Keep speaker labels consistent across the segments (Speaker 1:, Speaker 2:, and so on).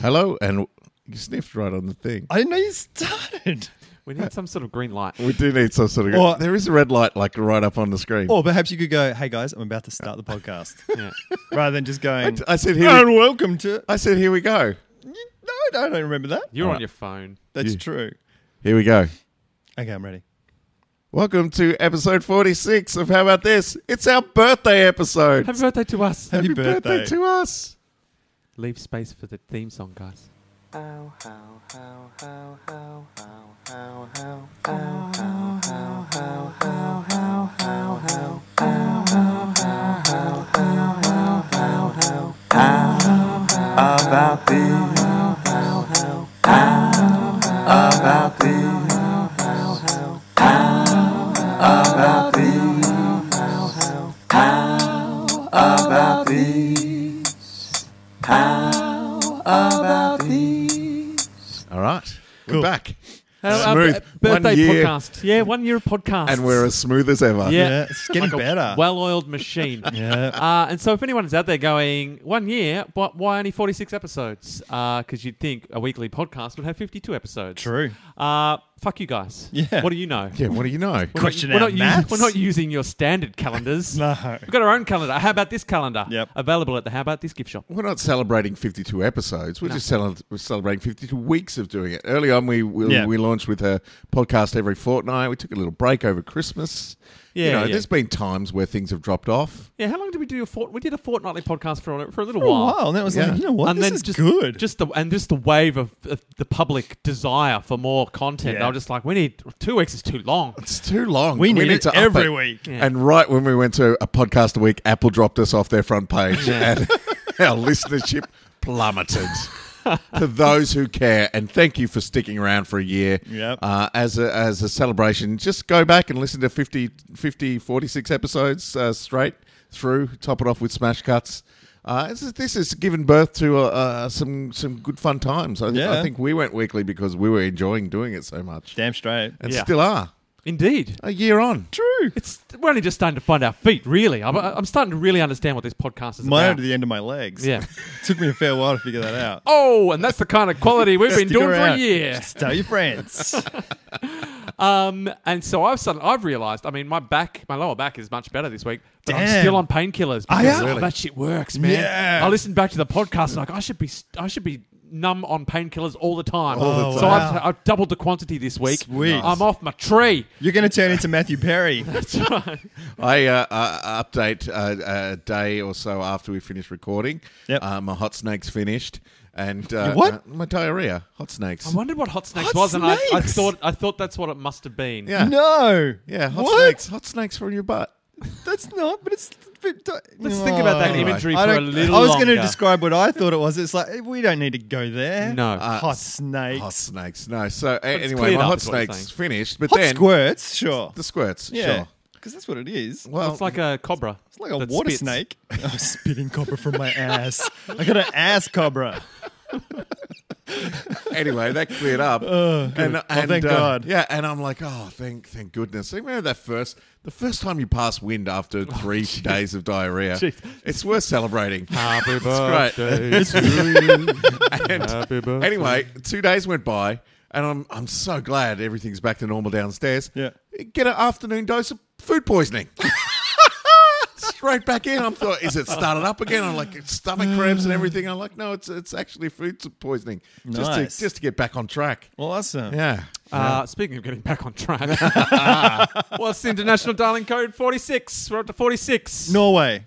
Speaker 1: Hello, and you sniffed right on the thing.
Speaker 2: I didn't know you started.
Speaker 3: We need some sort of green light.
Speaker 1: We do need some sort of.
Speaker 2: Or-
Speaker 1: there is a red light like right up on the screen.
Speaker 2: Or perhaps you could go, "Hey guys, I'm about to start the podcast,"
Speaker 3: Yeah.
Speaker 2: rather than just going,
Speaker 1: I said here.
Speaker 2: "And
Speaker 1: We,
Speaker 2: welcome to."
Speaker 1: I said here we go.
Speaker 2: No, no, I don't remember that.
Speaker 3: You're
Speaker 1: All
Speaker 3: on
Speaker 1: right.
Speaker 3: your phone.
Speaker 2: That's
Speaker 1: You-
Speaker 2: true.
Speaker 1: Here we go.
Speaker 2: Okay, I'm ready.
Speaker 1: Welcome to episode forty six of How About This? It's our birthday episode.
Speaker 3: Happy birthday to us.
Speaker 2: Happy birthday.
Speaker 1: to us.
Speaker 3: Leave space for the theme song, guys.
Speaker 4: How how how how how how how how how how how how how how how how about this? How about this? How about this? How about this? How about this?
Speaker 1: All right,
Speaker 2: Cool.
Speaker 1: we're back,
Speaker 3: Our- our
Speaker 1: Smooth.
Speaker 3: Uh, b- birthday
Speaker 1: One year.
Speaker 3: podcast. Yeah, one year of podcast.
Speaker 1: and we're as smooth as ever.
Speaker 3: Yeah.
Speaker 2: Yeah, it's getting
Speaker 3: Like a
Speaker 2: better.
Speaker 3: well-oiled machine.
Speaker 2: yeah,
Speaker 3: Uh, and so, if anyone's out there going, one year, but why only 46 episodes? Because you'd think a weekly podcast would have 52 episodes.
Speaker 2: true.
Speaker 3: Uh, fuck you guys.
Speaker 2: Yeah.
Speaker 3: What do you know?
Speaker 1: Yeah, What do you know?
Speaker 3: We're
Speaker 2: Question
Speaker 3: not,
Speaker 2: our
Speaker 3: we're, not using,
Speaker 2: maths.
Speaker 3: we're not using your standard calendars.
Speaker 2: No,
Speaker 3: We've got our own calendar. How about this calendar?
Speaker 2: Yep.
Speaker 3: Available at the How About This gift shop.
Speaker 1: We're not celebrating 52 episodes. We're
Speaker 3: No.
Speaker 1: just cel- we're celebrating 52 weeks of doing it. Early on, we we,
Speaker 2: Yeah.
Speaker 1: we launched with a podcast every fortnight. We took a little break over Christmas.
Speaker 3: Yeah,
Speaker 1: you know,
Speaker 3: yeah.
Speaker 1: there's been times where things have dropped off.
Speaker 3: Yeah, how long did we do a fort? We did a fortnightly podcast for a, for a little
Speaker 2: for a
Speaker 3: while.
Speaker 2: while, and then it was
Speaker 1: Yeah.
Speaker 2: like, you know what?
Speaker 3: and
Speaker 2: this
Speaker 3: then
Speaker 2: is
Speaker 3: just
Speaker 2: good.
Speaker 3: just the and just the wave of, of the public desire for more content.
Speaker 2: Yeah.
Speaker 3: I was just like, we need two weeks is too long.
Speaker 1: It's too long.
Speaker 2: we, need, it
Speaker 1: to up
Speaker 2: every
Speaker 1: it.
Speaker 2: week.
Speaker 3: Yeah.
Speaker 1: And right when we went to a podcast a week, Apple dropped us off their front page, and our listenership plummeted. to those who care, and thank you for sticking around for a year.
Speaker 2: Yep.
Speaker 1: Uh, as a, as a celebration, just go back and listen to 50, 50 46 episodes uh, straight through. Top it off with smash cuts. Uh, this, is, this has given birth to uh, uh, some some good fun times. I,
Speaker 2: Yeah.
Speaker 1: I think we went weekly because we were enjoying doing it so much,
Speaker 2: Damn straight.
Speaker 1: and
Speaker 3: Yeah.
Speaker 1: still are
Speaker 3: Indeed,
Speaker 1: a year on.
Speaker 2: True.
Speaker 3: it's we're only just starting to find our feet. Really, I'm, I'm starting to really understand what this podcast is
Speaker 2: Mine
Speaker 3: about.
Speaker 2: to the end of my legs.
Speaker 3: yeah.
Speaker 2: Took me a fair while to figure that out.
Speaker 3: Oh, and that's the kind of quality we've been
Speaker 2: Stick
Speaker 3: doing for a
Speaker 2: around.
Speaker 3: year.
Speaker 2: Just tell your friends.
Speaker 3: Um, and so I've suddenly I've realised. I mean, my back, my lower back is much better this week, but I'm
Speaker 2: Damn.
Speaker 3: still on painkillers.
Speaker 2: Are
Speaker 3: because,
Speaker 2: ya?
Speaker 3: oh,
Speaker 2: Really?
Speaker 3: that shit works, man.
Speaker 2: Yeah.
Speaker 3: I listened back to the podcast and like I should be, I should be numb on painkillers all the time.
Speaker 2: All the
Speaker 3: so
Speaker 2: time.
Speaker 3: I've, I've doubled the quantity this week.
Speaker 2: Sweet.
Speaker 3: I'm off my tree.
Speaker 2: You're going to turn into Matthew Perry.
Speaker 3: That's right.
Speaker 1: I uh, uh, update uh, a day or so after we finish recording.
Speaker 2: Yep.
Speaker 1: Uh, my hot snake's finished, and uh,
Speaker 2: Your what?
Speaker 1: uh, my diarrhea, hot snakes.
Speaker 3: I wondered what hot snakes
Speaker 2: Hot
Speaker 3: was, and I, I
Speaker 2: snakes?
Speaker 3: thought I thought that's what it must have been.
Speaker 1: yeah,
Speaker 2: No.
Speaker 1: yeah, hot
Speaker 2: What?
Speaker 1: snakes, hot snakes from your butt.
Speaker 2: That's not, but it's. But,
Speaker 3: Let's think about that
Speaker 1: Anyway.
Speaker 3: imagery
Speaker 2: I,
Speaker 3: for a
Speaker 2: don't-
Speaker 3: little.
Speaker 2: I was
Speaker 3: going
Speaker 2: to describe what I thought it was. It's like, we don't need to go there.
Speaker 3: No.
Speaker 1: Uh,
Speaker 2: Hot
Speaker 1: s-
Speaker 2: snakes.
Speaker 1: hot
Speaker 2: Hot,
Speaker 1: snakes. No, so a-
Speaker 3: it's
Speaker 1: anyway,
Speaker 3: cleared
Speaker 1: my
Speaker 3: up
Speaker 1: hot
Speaker 3: is what you're
Speaker 1: snakes
Speaker 3: saying.
Speaker 1: finished, but then
Speaker 2: squirts, sure.
Speaker 1: the squirts.
Speaker 2: yeah.
Speaker 1: Sure.
Speaker 2: Because that's what it is.
Speaker 1: Well,
Speaker 3: It's like a cobra.
Speaker 2: It's like a
Speaker 3: that
Speaker 2: water
Speaker 3: spits.
Speaker 2: snake. I'm spitting cobra from my ass. I got an ass cobra.
Speaker 1: anyway, that cleared up. and, and,
Speaker 2: thank
Speaker 1: uh,
Speaker 2: God.
Speaker 1: Yeah, and I'm like, oh, thank, thank goodness. Remember that first, the first time you pass wind after three days of diarrhea.
Speaker 3: Jeez.
Speaker 1: It's worth celebrating.
Speaker 3: Happy
Speaker 1: great.
Speaker 3: birthday to you. Happy birthday.
Speaker 1: Anyway, two days went by, and I'm I'm so glad everything's back to normal downstairs.
Speaker 2: Yeah.
Speaker 1: get an afternoon dose of food poisoning. Straight back in. I'm thought, is it started up again? I'm like stomach cramps and everything. I'm like, no, it's it's actually food poisoning. Just
Speaker 2: Nice.
Speaker 1: to just to get back on track.
Speaker 2: Awesome.
Speaker 1: Yeah.
Speaker 3: Uh, speaking of getting back on track, what's the international darling code? 46. We're up to 46.
Speaker 2: Norway.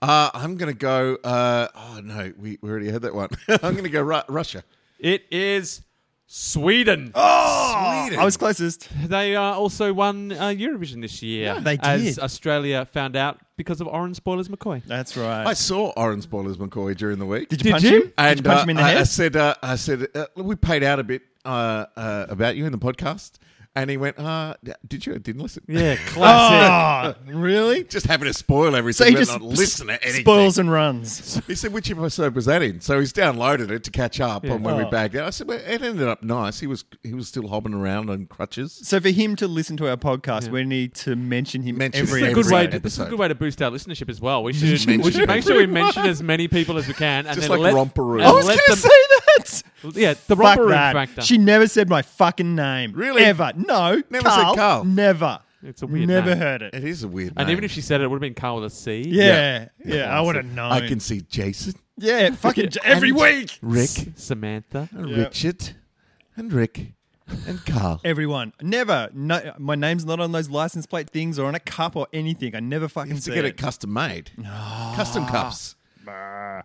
Speaker 1: Uh, I'm gonna go. Uh, oh no, we, we already had that one. I'm gonna go Ru- Russia.
Speaker 3: It is Sweden.
Speaker 1: Sweden.
Speaker 2: Oh, I was closest.
Speaker 3: They uh, also won uh, Eurovision this year.
Speaker 2: Yeah, they
Speaker 3: As
Speaker 2: did.
Speaker 3: Australia found out because of Orange Spoilers McCoy.
Speaker 2: That's right.
Speaker 1: I saw Orange Spoilers McCoy during the week.
Speaker 2: Did you
Speaker 3: Did
Speaker 2: punch
Speaker 3: you?
Speaker 2: him?
Speaker 1: And
Speaker 2: Did you punch
Speaker 1: uh,
Speaker 2: him in the
Speaker 1: I, I
Speaker 2: head?
Speaker 1: said, uh, I said, uh, we paid out a bit uh, uh, about you in the podcast, and he went, "Ah, did you? I didn't listen."
Speaker 3: Yeah, classic.
Speaker 2: Ah, really?
Speaker 1: Just having to spoil everything,
Speaker 2: So he
Speaker 1: but
Speaker 2: just
Speaker 1: not listen to anything.
Speaker 2: spoils and runs.
Speaker 1: He said, which episode was that in? So he's downloaded it to catch up on when we
Speaker 2: Oh.
Speaker 1: bagged out. I said, well, it ended up nice. He was he was still hobbling around on crutches.
Speaker 2: So for him to listen to our podcast, we need to mention him
Speaker 1: Mention
Speaker 2: every
Speaker 1: him.
Speaker 3: Good
Speaker 1: Every
Speaker 3: way.
Speaker 1: episode.
Speaker 3: This is a good way to boost our listenership as well. We should,
Speaker 1: mention
Speaker 3: we should make
Speaker 1: people.
Speaker 3: sure we mention as many people as we can, and
Speaker 1: Just
Speaker 3: then
Speaker 1: like
Speaker 3: let,
Speaker 1: Romperoo.
Speaker 3: and
Speaker 1: I
Speaker 2: I was
Speaker 3: let
Speaker 2: going to
Speaker 3: them-
Speaker 2: say that.
Speaker 3: yeah, the
Speaker 2: Fuck
Speaker 3: romper room
Speaker 2: that.
Speaker 3: factor.
Speaker 2: She never said my fucking name.
Speaker 1: Really?
Speaker 2: Ever. No.
Speaker 1: Never said
Speaker 2: Carl,
Speaker 1: Carl.
Speaker 2: Never.
Speaker 3: It's a weird
Speaker 2: Never
Speaker 3: name.
Speaker 2: heard it.
Speaker 1: It is a weird
Speaker 3: and
Speaker 1: name.
Speaker 3: even if she said it, it would have been Carl with a C.
Speaker 2: Yeah. Yeah. I would have known.
Speaker 1: I can see Jason,
Speaker 2: Yeah. Fucking j- every week.
Speaker 1: Rick,
Speaker 3: Samantha.
Speaker 1: and
Speaker 2: Yeah.
Speaker 1: Richard, and Rick, and Carl.
Speaker 2: Everyone. Never. No. My name's not on those license plate things or on a cup or anything. I never fucking
Speaker 1: to
Speaker 2: said
Speaker 1: get it
Speaker 2: it.
Speaker 1: custom made.
Speaker 3: Ah.
Speaker 1: Custom cups.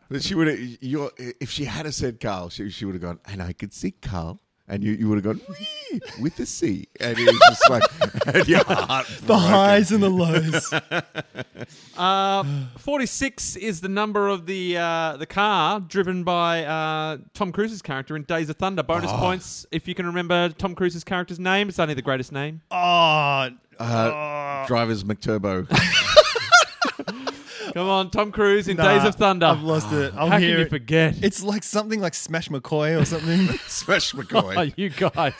Speaker 1: That she would have, your if she had have said Carl, she, she would have gone, and I could see Carl. And you, you would have gone "Wee," with the C, and it was just like and your heart.
Speaker 2: The highs and the lows.
Speaker 3: Uh, 46 is the number of the uh, the car driven by uh, Tom Cruise's character in Days of Thunder. Bonus
Speaker 2: Ah.
Speaker 3: points if you can remember Tom Cruise's character's name. It's only the greatest name.
Speaker 2: Oh.
Speaker 3: Ah.
Speaker 1: Uh, drivers McTurbo.
Speaker 3: Come on, Tom Cruise in
Speaker 2: nah,
Speaker 3: Days of Thunder.
Speaker 2: I've lost it. I'll
Speaker 3: How can
Speaker 2: hear
Speaker 3: you
Speaker 2: it.
Speaker 3: forget?
Speaker 2: It's like something like Smash McCoy or something.
Speaker 1: Smash
Speaker 3: Oh,
Speaker 1: McCoy.
Speaker 3: you guys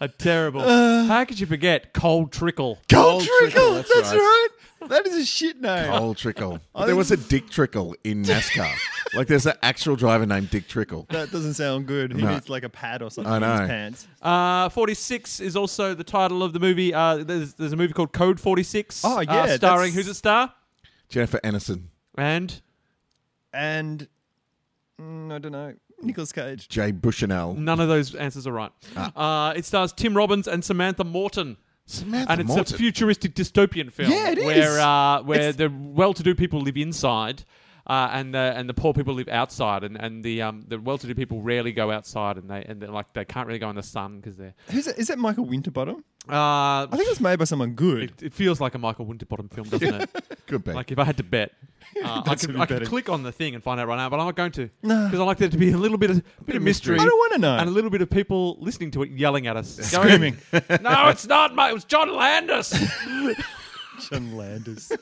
Speaker 3: are terrible.
Speaker 2: Uh.
Speaker 3: How could you forget Cold Trickle?
Speaker 1: Cold Trickle,
Speaker 2: That's,
Speaker 1: that's
Speaker 2: right. That is a shit name.
Speaker 1: Old Trickle. But there was a Dick Trickle in NASCAR. like there's an actual driver named Dick Trickle.
Speaker 2: That doesn't sound good. He
Speaker 1: No.
Speaker 2: needs like a pad or something
Speaker 1: I
Speaker 2: in
Speaker 1: know.
Speaker 2: his pants.
Speaker 3: Uh, 46 is also the title of the movie. Uh, there's, there's a movie called Code 46.
Speaker 2: Oh,
Speaker 3: uh,
Speaker 2: yeah,
Speaker 3: starring,
Speaker 2: that's-
Speaker 3: who's it star?
Speaker 1: Jennifer Aniston,
Speaker 3: And
Speaker 2: And mm, I don't know. Nicolas Cage.
Speaker 1: Jay Bushnell,
Speaker 3: none of those answers are right.
Speaker 2: Ah.
Speaker 3: Uh, it stars Tim Robbins and Samantha Morton.
Speaker 1: Samantha
Speaker 3: and it's
Speaker 1: Morton.
Speaker 3: a futuristic dystopian film.
Speaker 2: Yeah, it is.
Speaker 3: Where uh, where
Speaker 2: It's-
Speaker 3: the well-to-do people live inside, uh, and the and the poor people live outside, and and the um the well-to-do people rarely go outside, and they and they're like they can't really go in the sun because they're.
Speaker 2: Who's that? Is that Michael Winterbottom? I
Speaker 3: Uh,
Speaker 2: think it was made by someone good.
Speaker 3: it, it feels like a Michael Winterbottom film, doesn't it?
Speaker 1: Could be.
Speaker 3: Like if I had to bet, uh, I
Speaker 2: That's
Speaker 3: could,
Speaker 2: really
Speaker 3: I could
Speaker 2: betting.
Speaker 3: click on the thing and find out right now, but I'm not going to
Speaker 2: No.
Speaker 3: because I like there to be a little bit of bit of mystery.
Speaker 2: I don't want to know.
Speaker 3: and a little bit of people listening to it yelling at us, going,
Speaker 2: Screaming.
Speaker 3: "No, it's not, mate. It was John Landis."
Speaker 2: John Landis.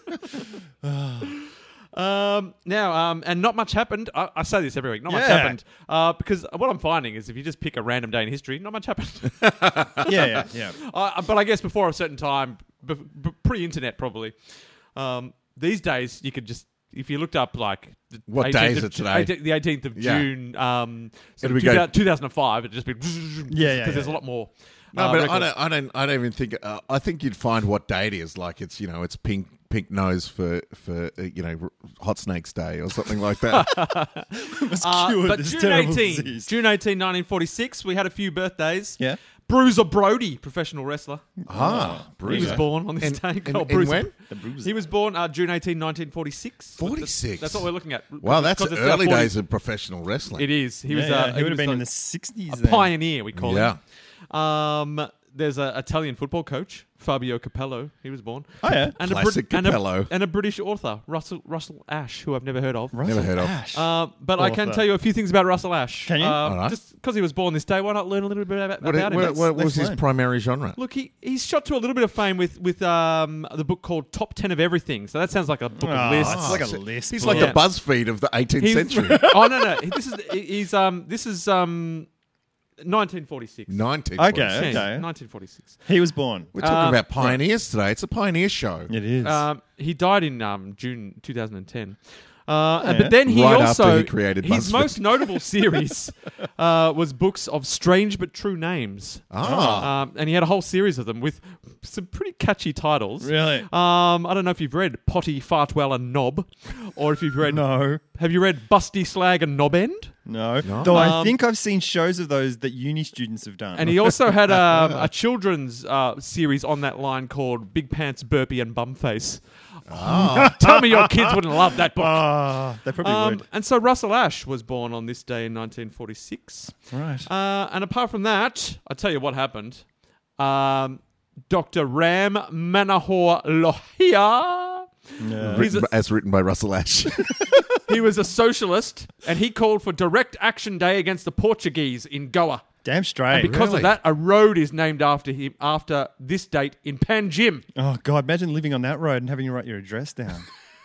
Speaker 3: Um, now, um, and not much happened. I, I say this every week. Not much
Speaker 2: Yeah.
Speaker 3: happened uh, because what I'm finding is if you just pick a random day in history, not much happened.
Speaker 2: yeah, yeah, yeah.
Speaker 3: uh, but I guess before a certain time, b- b- pre-internet probably. Um, these days, you could just if you looked up like the
Speaker 1: What
Speaker 3: 18th
Speaker 1: day is
Speaker 3: of
Speaker 1: it
Speaker 3: Ju-
Speaker 1: today?
Speaker 3: 18th the 18th of
Speaker 1: Yeah.
Speaker 3: June, um, sort
Speaker 1: It'll
Speaker 3: of
Speaker 1: be go-
Speaker 3: 2000- 2005. It'd just be
Speaker 2: Yeah, yeah,
Speaker 3: because there's
Speaker 2: yeah.
Speaker 3: a lot more.
Speaker 1: No,
Speaker 3: uh,
Speaker 1: but I
Speaker 3: records.
Speaker 1: don't, I don't. I don't even think. Uh, I think you'd find what day it is. Like it's you know it's pink pink nose for for uh, you know r- hot snakes day or something like that.
Speaker 2: It was
Speaker 3: Uh,
Speaker 2: cured
Speaker 3: but
Speaker 2: this
Speaker 3: June 18,
Speaker 2: terrible
Speaker 3: June
Speaker 2: disease.
Speaker 3: 18, 1946, we had a few birthdays.
Speaker 2: Yeah.
Speaker 3: Bruiser Brody, professional wrestler.
Speaker 1: ah,
Speaker 3: He was born on this
Speaker 1: And-
Speaker 3: day.
Speaker 1: and-
Speaker 3: called
Speaker 1: and
Speaker 3: Bruiser.
Speaker 1: when?
Speaker 2: The bruiser.
Speaker 3: He was born uh, June 18, 1946.
Speaker 1: 46?
Speaker 3: That's what we're looking at.
Speaker 1: Wow,
Speaker 3: 'Cause
Speaker 1: that's
Speaker 3: it's- 'cause it's
Speaker 1: early
Speaker 3: about 40
Speaker 1: days of professional wrestling.
Speaker 3: It is. He
Speaker 2: He,
Speaker 3: was.
Speaker 2: yeah,
Speaker 3: uh,
Speaker 2: he would have
Speaker 3: was
Speaker 2: been in the
Speaker 3: like
Speaker 2: 60s.
Speaker 3: a
Speaker 2: then.
Speaker 3: pioneer, we call
Speaker 1: Yeah.
Speaker 3: him. Um, there's an Italian football coach, Fabio Capello. He was born.
Speaker 2: Oh, yeah.
Speaker 3: And a,
Speaker 1: Ah, Classic
Speaker 3: Brit- and, a,
Speaker 1: Capello.
Speaker 3: and a British author, Russell Russell Ash, who I've never heard of.
Speaker 1: Never heard of.
Speaker 2: Ash.
Speaker 3: Um, but I can
Speaker 2: Author.
Speaker 3: tell you a few things about Russell Ash.
Speaker 2: Can you?
Speaker 3: Um,
Speaker 1: All right.
Speaker 3: Just because he was born this day, why not learn a little bit about,
Speaker 1: What,
Speaker 3: about him?
Speaker 1: what,
Speaker 2: That's-
Speaker 1: what was
Speaker 2: that's
Speaker 1: his
Speaker 2: fine.
Speaker 1: primary genre?
Speaker 3: Look, he, he's shot to a little bit of fame with with um, the book called Top Ten of Everything. So that sounds like a book of
Speaker 2: Oh,
Speaker 3: lists.
Speaker 2: it's like a list.
Speaker 1: He's
Speaker 2: book.
Speaker 1: Ah, like
Speaker 3: Yeah.
Speaker 1: the BuzzFeed of the 18th
Speaker 3: He's-
Speaker 1: century.
Speaker 3: oh no no, this is he's um this is um 1946.
Speaker 1: 19th.
Speaker 2: Okay.
Speaker 3: Yeah,
Speaker 2: okay.
Speaker 3: 1946.
Speaker 2: He was born.
Speaker 1: We're talking
Speaker 3: Um,
Speaker 1: about pioneers today. It's a pioneer show.
Speaker 2: It is.
Speaker 3: Um, he died in um, June 2010. Uh, and-
Speaker 2: yeah.
Speaker 3: But then he
Speaker 1: Right
Speaker 3: also
Speaker 1: after he created
Speaker 3: his
Speaker 1: BuzzFeed.
Speaker 3: most notable series uh, was books of strange but true names.
Speaker 1: Ah.
Speaker 3: Um, and he had a whole series of them with some pretty catchy titles.
Speaker 2: Really?
Speaker 3: Um, I don't know if you've read Potty Fartwell and Knob, or if you've read
Speaker 2: no.
Speaker 3: Have you read Busty Slag and Knob End?
Speaker 2: No. Though I think I've seen shows of those that uni students have done.
Speaker 3: And he also had um, a children's uh, series on that line called Big Pants, Burpee, and Bumface.
Speaker 1: Ah.
Speaker 3: Tell me your kids wouldn't love that book.
Speaker 2: Ah, they probably
Speaker 3: Um, and so Russell Ash was born on this day in 1946.
Speaker 2: would. Right.
Speaker 3: Uh, and apart from that, I'll tell you what happened. Um, Dr. Ram Manahor Lohia.
Speaker 2: Yeah.
Speaker 3: He's a,
Speaker 1: Written- as written by Russell Ash.
Speaker 3: he was a socialist and he called for direct action day against the Portuguese in Goa.
Speaker 2: Damn straight.
Speaker 3: Because
Speaker 1: Really?
Speaker 3: of that, a road is named after him after this date in Panjim.
Speaker 2: oh God, imagine living on that road and having to write your address down.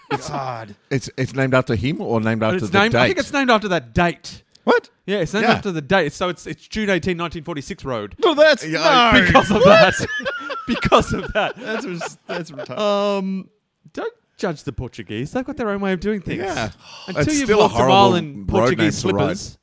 Speaker 2: God.
Speaker 1: It's it's named after him or named
Speaker 3: But
Speaker 1: after
Speaker 3: it's
Speaker 1: the
Speaker 3: named,
Speaker 1: date.
Speaker 3: I think it's named after that date.
Speaker 2: What?
Speaker 3: Yeah, it's named
Speaker 1: Yeah.
Speaker 3: after the date. So it's it's June 18, 1946 road.
Speaker 2: No, that's
Speaker 1: Yeah,
Speaker 2: no.
Speaker 3: Because of that. because of that.
Speaker 2: that's res- that's retarded.
Speaker 3: Um, don't judge the Portuguese. They've got their own way of doing things.
Speaker 1: Yeah.
Speaker 3: Until
Speaker 1: It's
Speaker 3: you've
Speaker 1: still a
Speaker 3: walked a,
Speaker 1: horrible
Speaker 3: mile in
Speaker 1: road name
Speaker 3: Portuguese
Speaker 1: to ride.
Speaker 3: slippers,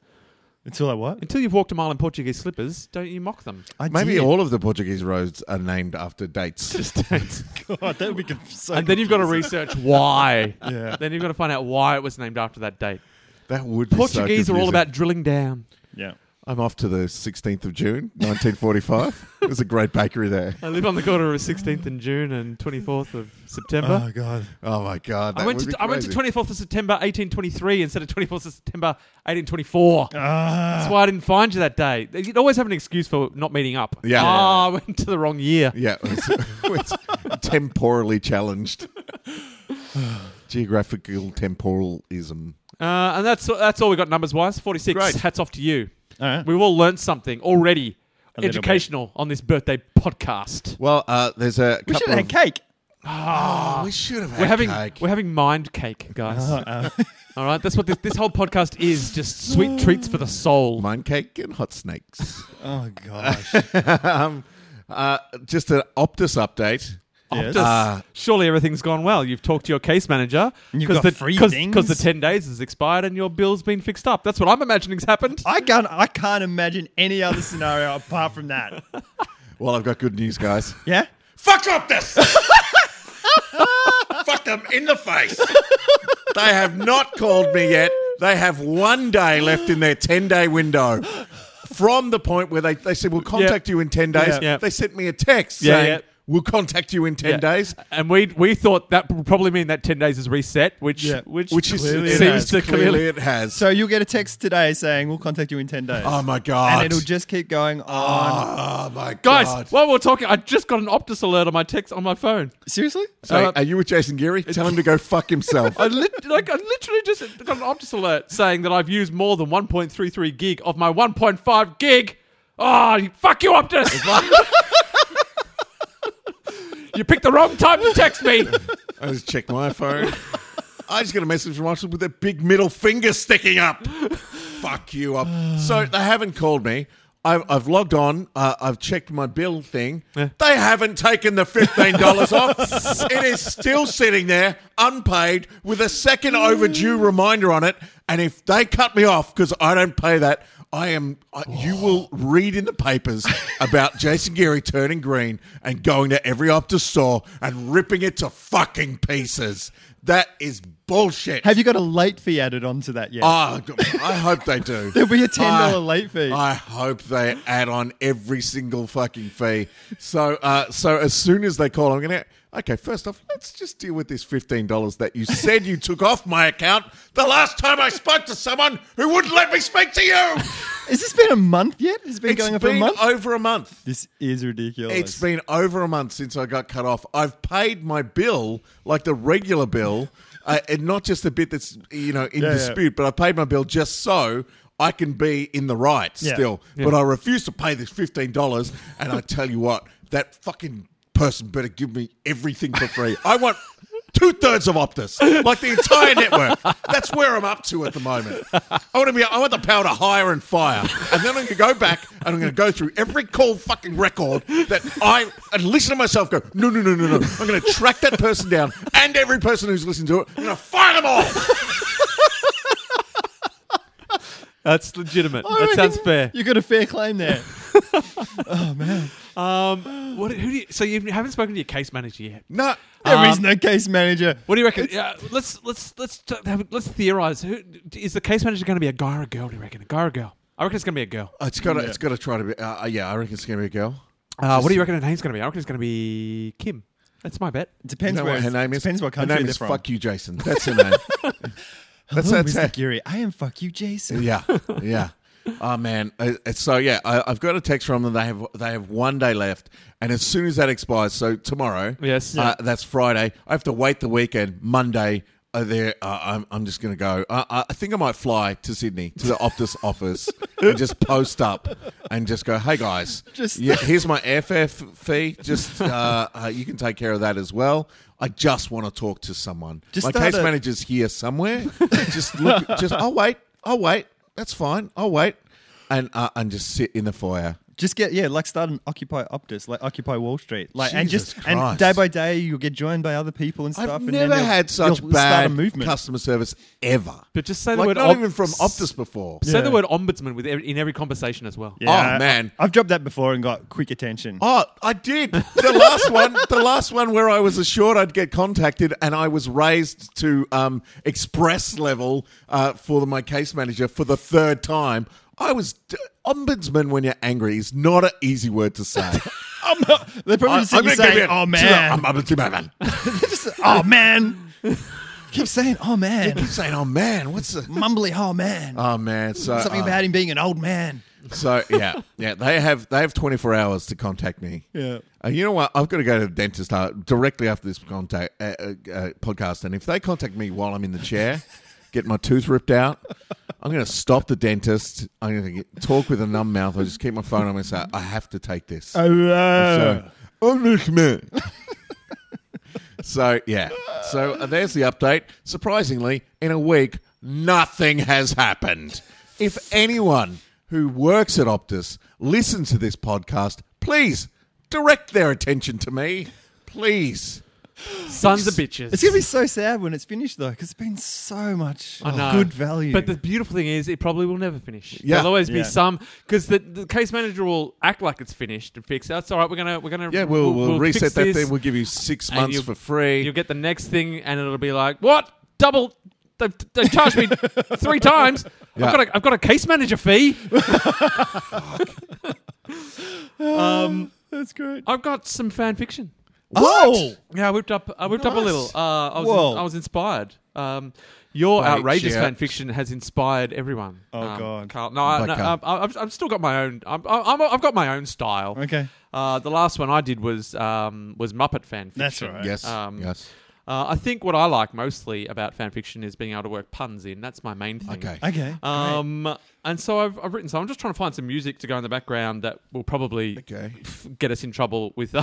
Speaker 2: Until I what?
Speaker 3: until you've walked a mile in Portuguese slippers, don't you mock them.
Speaker 2: I
Speaker 1: Maybe
Speaker 2: did.
Speaker 1: all of the Portuguese roads are named after dates.
Speaker 3: Just don't.
Speaker 2: God, that would be conf- so
Speaker 3: and then you've got to
Speaker 2: confusing.
Speaker 3: research why.
Speaker 2: Yeah.
Speaker 3: Then you've got to find out why it was named after that date.
Speaker 1: That would be so
Speaker 3: Portuguese are all
Speaker 1: confusing.
Speaker 3: about drilling down.
Speaker 2: Yeah.
Speaker 1: I'm off to the 16th of June, 1945. There's a great bakery there.
Speaker 3: I live on the corner of 16th and June and 24th of September.
Speaker 2: Oh God.
Speaker 1: Oh my god!
Speaker 3: I
Speaker 1: that
Speaker 3: went
Speaker 1: would
Speaker 3: to
Speaker 1: be
Speaker 3: I went to
Speaker 1: crazy.
Speaker 3: 24th of September 1823 instead of 24th of September 1824.
Speaker 2: Ah.
Speaker 3: That's why I didn't find you that day. You'd always have an excuse for not meeting up.
Speaker 1: Yeah.
Speaker 3: Ah, I went to the wrong year.
Speaker 1: Yeah, it's, it's temporally challenged. Geographical temporalism.
Speaker 3: Uh, and that's that's all we got numbers wise. 46.
Speaker 1: Great.
Speaker 3: Hats off to you.
Speaker 2: All right.
Speaker 3: We've all learned something already
Speaker 2: A little bit.
Speaker 3: educational on this birthday podcast.
Speaker 1: Well, uh, there's a
Speaker 2: We should
Speaker 1: couple
Speaker 2: have
Speaker 1: of Ah,
Speaker 2: had cake.
Speaker 1: we should have.
Speaker 3: We're
Speaker 1: had
Speaker 3: having
Speaker 1: cake.
Speaker 3: we're having mind cake, guys.
Speaker 2: Uh-huh.
Speaker 3: all right, that's what this, this whole podcast is just sweet
Speaker 2: Mm.
Speaker 3: treats for the soul.
Speaker 1: mine cake and hot snakes.
Speaker 2: Oh gosh.
Speaker 1: um, uh, just an Optus update.
Speaker 2: yes.
Speaker 1: Ah.
Speaker 3: Oh, Surely everything's gone well. You've talked to your case manager
Speaker 2: You've got
Speaker 3: the,
Speaker 2: free things.
Speaker 3: because the ten days has expired and your bill's been fixed up. That's what I'm imagining's happened.
Speaker 2: I can't. I can't imagine any other scenario apart from that.
Speaker 1: Well, I've got good news, guys.
Speaker 2: Yeah.
Speaker 1: Fuck Optus. Fuck them in the face. they have not called me yet. They have one day left in their 10 day window. From the point where they, they said, We'll contact you in 10 days,
Speaker 3: Yeah. Yeah.
Speaker 1: they sent me a text
Speaker 3: Yeah,
Speaker 1: saying,
Speaker 3: yeah.
Speaker 1: We'll contact you in 10
Speaker 3: Yeah.
Speaker 1: days.
Speaker 3: and we we thought that would probably mean that ten days is reset, which
Speaker 2: Yeah.
Speaker 3: which,
Speaker 1: Which is,
Speaker 2: Clearly
Speaker 1: it
Speaker 3: seems
Speaker 1: has.
Speaker 3: to
Speaker 1: clearly,
Speaker 3: clearly.
Speaker 1: it has.
Speaker 2: So you'll get a text today saying we'll contact you in ten days.
Speaker 1: oh my
Speaker 2: and
Speaker 1: God.
Speaker 2: it'll just keep going on.
Speaker 1: oh my
Speaker 3: Guys,
Speaker 1: God.
Speaker 3: while we're talking, I just got an Optus alert on my text on my phone.
Speaker 2: Seriously?
Speaker 1: So,
Speaker 3: uh,
Speaker 1: are you with Jason Geary? Tell him to go fuck himself.
Speaker 3: I, lit- like, I literally just got an Optus alert saying that I've used more than 1.33 gig of my 1.5 gig. Oh, you- fuck you, Optus! you picked the wrong time to text me.
Speaker 1: I just checked my phone. I just got a message from Oxford with their big middle finger sticking up. Fuck you up. So they haven't called me. I've, I've logged on. Uh, I've checked my bill thing. They haven't taken the fifteen dollars off. It is still sitting there unpaid with a second overdue reminder on it. And if they cut me off because I don't pay that, I am. I, you will read in the papers about Jason Geary turning green and going to every Optus store and ripping it to fucking pieces. That is bullshit.
Speaker 2: Have you got a late fee added onto that yet?
Speaker 1: Oh, God, I hope they do.
Speaker 2: There'll be a ten dollar
Speaker 1: I-
Speaker 2: late fee.
Speaker 1: I hope they add on every single fucking fee. So, uh, so as soon as they call, I'm gonna. Okay, first off, let's just deal with this fifteen dollars that you said you took off my account the last time I spoke to someone who wouldn't let me speak to you.
Speaker 2: Has this been a month yet? Has it been
Speaker 1: It's
Speaker 2: going on for
Speaker 1: been
Speaker 2: a month?
Speaker 1: over a month.
Speaker 2: this is ridiculous.
Speaker 1: It's been over a month since I got cut off. I've paid my bill, like the regular bill, uh, and not just the bit that's you know in
Speaker 2: Yeah, yeah.
Speaker 1: dispute, but I paid my bill just so I can be in the right
Speaker 2: Yeah.
Speaker 1: still. But I refuse to pay this fifteen dollars, and I tell you what, that fucking person better give me everything for free. I want. Two thirds of Optus, like the entire network. That's where I'm up to at the moment. I want to be. I want the power to hire and fire, and then I'm going to go back and I'm going to go through every call fucking record that I and listen to myself go. No, no, no, no, no. I'm going to track that person down and every person who's listened to it. I'm going to fire them all.
Speaker 3: That's legitimate.
Speaker 2: I
Speaker 3: that
Speaker 2: reckon
Speaker 3: sounds fair.
Speaker 2: You got a fair claim there. oh man,
Speaker 3: Um, what, who do you, so you haven't spoken to your case manager yet.
Speaker 1: No,
Speaker 2: there is
Speaker 3: Um,
Speaker 2: no case manager.
Speaker 3: What do you reckon? Yeah, let's let's let's t- have, let's theorize. Who is the case manager going to be a guy or a girl? Do you reckon a guy or a girl? I reckon it's going to be a girl.
Speaker 1: it's got to. It's got to try to be. Uh, yeah, I reckon it's going to be a girl.
Speaker 3: Uh, what do you reckon her name's going to be? I reckon it's going to be Kim. That's my bet.
Speaker 2: It depends
Speaker 1: You know
Speaker 2: where
Speaker 1: what her name is?
Speaker 2: Depends what country
Speaker 1: her name
Speaker 2: they're
Speaker 1: is
Speaker 2: from.
Speaker 1: Fuck you, Jason. That's her name. that's
Speaker 2: Hello,
Speaker 1: that's
Speaker 2: Mr.
Speaker 1: her.
Speaker 2: Geary. I am fuck you, Jason.
Speaker 1: Yeah, yeah. Oh man. Uh, uh, So yeah, I, I've got a text from them. They have they have one day left, and as soon as that expires, so tomorrow,
Speaker 3: Yes.
Speaker 1: uh, that's Friday. I have to wait the weekend. Monday, uh, there, uh, I'm, I'm just going to go. I- I, I think I might fly to Sydney to the Optus office and just post up and just go, hey guys,
Speaker 2: Just-
Speaker 1: yeah, here's my airfare f- fee. Just uh, uh, you can take care of that as well. I just want to talk to someone.
Speaker 2: Just
Speaker 1: my
Speaker 2: start
Speaker 1: case
Speaker 2: a-
Speaker 1: manager's here somewhere. just look. Just I'll wait. I'll wait. That's fine. I'll wait. And uh, and just sit in the foyer.
Speaker 2: Just get yeah, like start an Occupy Optus, like Occupy Wall Street, like and
Speaker 1: Jesus
Speaker 2: just and
Speaker 1: Christ.
Speaker 2: day by day you'll get joined by other people and stuff.
Speaker 1: I've
Speaker 2: and then
Speaker 1: never
Speaker 2: you'll-
Speaker 1: had such
Speaker 2: you'll start a
Speaker 1: bad
Speaker 2: movement.
Speaker 1: customer service ever.
Speaker 3: But just say the
Speaker 1: like
Speaker 3: word
Speaker 1: not
Speaker 3: op-
Speaker 1: even from Optus before.
Speaker 3: Say
Speaker 2: Yeah.
Speaker 3: the word ombudsman with every, in every conversation as well.
Speaker 1: Oh, man.
Speaker 2: I, have dropped that before and got quick attention.
Speaker 1: Oh, I did. The last one, the last one where I was assured I'd get contacted, and I was raised to um, express level uh, for my case manager for the third time. I was ombudsman when you're angry is not an easy word to say.
Speaker 2: I'm not, they're probably just sitting
Speaker 1: gonna
Speaker 2: there
Speaker 1: give
Speaker 2: saying,
Speaker 1: you-
Speaker 2: "Oh man,
Speaker 1: I'm ombudsman.
Speaker 2: Just, oh man." Keep saying, "Oh man,"
Speaker 1: Keep saying, oh man, what's the?
Speaker 2: mumbly, "Oh man."
Speaker 1: Oh man, so
Speaker 2: Something
Speaker 1: uh,
Speaker 2: about him being an old man.
Speaker 1: So yeah, yeah, they have they have twenty four hours to contact me.
Speaker 2: Yeah.
Speaker 1: Uh, you know what? I've got to go to the dentist uh, directly after this contact uh, uh, uh, podcast, and if they contact me while I'm in the chair, get my tooth ripped out, I'm going to stop the dentist. I'm going to get, talk with a numb mouth. I just keep my phone. on and say, I have to take this. So, Englishman. so yeah. So uh, there's the update. Surprisingly, in a week, nothing has happened. If anyone who works at Optus listens to this podcast, please direct their attention to me. Please.
Speaker 3: Sons of bitches.
Speaker 2: It's gonna be so sad when it's finished though, because it's been so much
Speaker 3: I know.
Speaker 2: good value.
Speaker 3: But the beautiful thing is, it probably will never finish.
Speaker 1: Yeah.
Speaker 3: There'll always
Speaker 2: Yeah.
Speaker 3: be some because the, the case manager will act like it's finished and fix. it. That's all right. We're gonna we're gonna
Speaker 1: Yeah, we'll, we'll, reset
Speaker 3: fix
Speaker 1: that
Speaker 3: this,
Speaker 1: thing. We'll give you six
Speaker 3: and
Speaker 1: months
Speaker 3: you'll-
Speaker 1: for free.
Speaker 3: You'll get the next thing, and it'll be like what double. They've, they've charged me three times.
Speaker 1: Yeah.
Speaker 3: I've got a, I've got a case manager fee.
Speaker 2: that's great.
Speaker 3: I've got some fan fiction.
Speaker 2: Oh,
Speaker 3: Yeah, I whipped up. I whipped up a
Speaker 2: Nice.
Speaker 3: little. Uh, I was.
Speaker 2: Whoa.
Speaker 3: I was inspired. Um, your
Speaker 1: By
Speaker 3: outrageous
Speaker 1: Jet.
Speaker 3: fan fiction has inspired everyone.
Speaker 2: Oh,
Speaker 3: um,
Speaker 2: God.
Speaker 3: Carl. No, I,
Speaker 1: By
Speaker 3: no
Speaker 1: Carl.
Speaker 3: um, I- I've, I've still got my own. I'm, I'm, I've got my own style.
Speaker 2: okay.
Speaker 3: Uh, the last one I did was um, was Muppet fan fiction.
Speaker 2: That's all right.
Speaker 1: yes.
Speaker 3: Um,
Speaker 1: yes.
Speaker 3: Uh, I think what I like mostly about fan fiction is being able to work puns in. That's my main thing.
Speaker 1: Okay.
Speaker 2: Okay.
Speaker 1: Uh,
Speaker 3: Um, and so I've, I've written. So I'm just trying to find some music to go in the background that will probably
Speaker 1: Okay.
Speaker 3: get us in trouble with.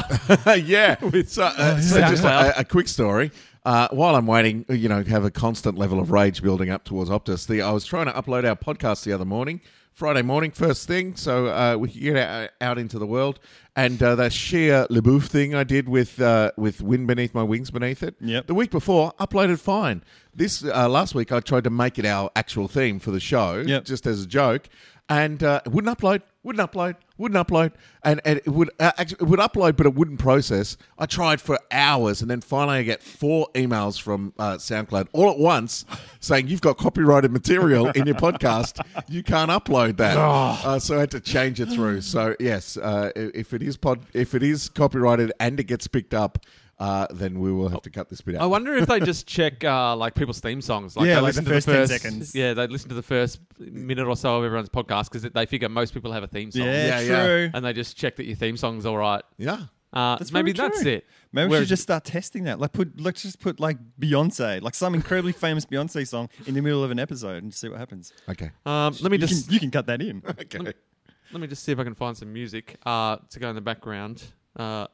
Speaker 3: Uh,
Speaker 1: yeah. So,
Speaker 2: Oh,
Speaker 1: uh, so just
Speaker 3: SoundCloud.
Speaker 1: a, a quick story. Uh, while I'm waiting, you know, have a constant level of rage building up towards Optus. The, I was trying to upload our podcast the other morning, Friday morning, first thing, so uh, we could get out, out into the world. And uh, that sheer LeBouf thing I did with uh, with Wind Beneath My Wings Beneath It.
Speaker 2: Yep.
Speaker 1: The week before, uploaded fine. This uh, last week, I tried to make it our actual theme for the show,
Speaker 2: Yep.
Speaker 1: just as a joke, and uh, it wouldn't upload, wouldn't upload, wouldn't upload, and, and it would uh, actually it would upload, but it wouldn't process. I tried for hours, and then finally I get four emails from uh, SoundCloud all at once saying you've got copyrighted material in your podcast, you can't upload that. Uh, so I had to change it through. So yes, uh, i- if it is pod, if it is copyrighted and it gets picked up. Uh, then we will have to cut this bit out.
Speaker 3: I wonder if they just check uh, like people's theme songs. Like
Speaker 2: Yeah,
Speaker 3: they
Speaker 2: like
Speaker 3: listen
Speaker 2: the
Speaker 3: to
Speaker 2: first 10 seconds.
Speaker 3: Yeah, they listen to the first minute or so of everyone's podcast because they figure most people have a theme song.
Speaker 2: yeah,
Speaker 1: Yeah, yeah.
Speaker 2: true.
Speaker 3: And they just check that your theme song's all right.
Speaker 1: yeah.
Speaker 3: Uh,
Speaker 2: That's
Speaker 3: maybe
Speaker 2: very
Speaker 3: that's
Speaker 2: true.
Speaker 3: it.
Speaker 2: Maybe we
Speaker 3: Whereas-
Speaker 2: should just start testing that. Like, put let's just put like Beyonce, like some incredibly famous Beyonce song, in the middle of an episode and see what happens.
Speaker 1: Okay.
Speaker 3: Um, let me
Speaker 2: You
Speaker 3: just
Speaker 2: can, you can cut that in.
Speaker 1: Okay.
Speaker 3: let me just see if I can find some music uh, to go in the background. Uh,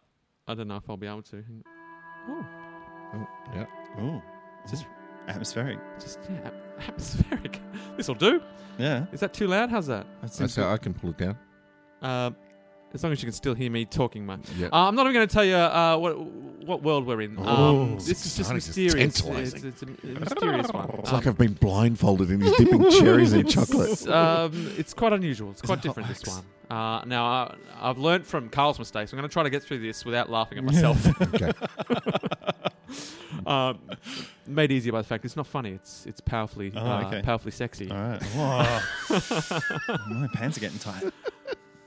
Speaker 3: I don't know if I'll be able to. Hang- Oh,
Speaker 1: Oh, yeah.
Speaker 2: Oh,
Speaker 3: just
Speaker 2: atmospheric.
Speaker 3: just yeah, atmospheric. this will do.
Speaker 2: Yeah,
Speaker 3: Is that too loud? How's that?
Speaker 2: that
Speaker 1: So,
Speaker 2: seems
Speaker 1: so I can pull it down.
Speaker 3: Uh, as long as you can still hear me talking, man.
Speaker 1: Yeah.
Speaker 3: Uh, I'm not even going to tell you uh, what what world we're in.
Speaker 1: Oh,
Speaker 3: um, this is just
Speaker 1: exciting. It's
Speaker 3: mysterious. It's,
Speaker 1: tantalizing.
Speaker 3: it's a, a mysterious one. Um,
Speaker 1: It's like I've been blindfolded and he's dipping cherries in chocolate.
Speaker 3: it's, um, it's quite unusual. It's quite
Speaker 2: it hot
Speaker 3: different this
Speaker 2: wax?
Speaker 3: one. Uh, now I, I've learnt from Carl's mistakes. I'm going to try to get through this without laughing at myself.
Speaker 1: Okay.
Speaker 3: um, made easier by the fact it's not funny. It's it's powerfully
Speaker 2: Oh,
Speaker 3: uh,
Speaker 2: okay.
Speaker 3: powerfully sexy.
Speaker 2: All right. Whoa. My pants are getting tight.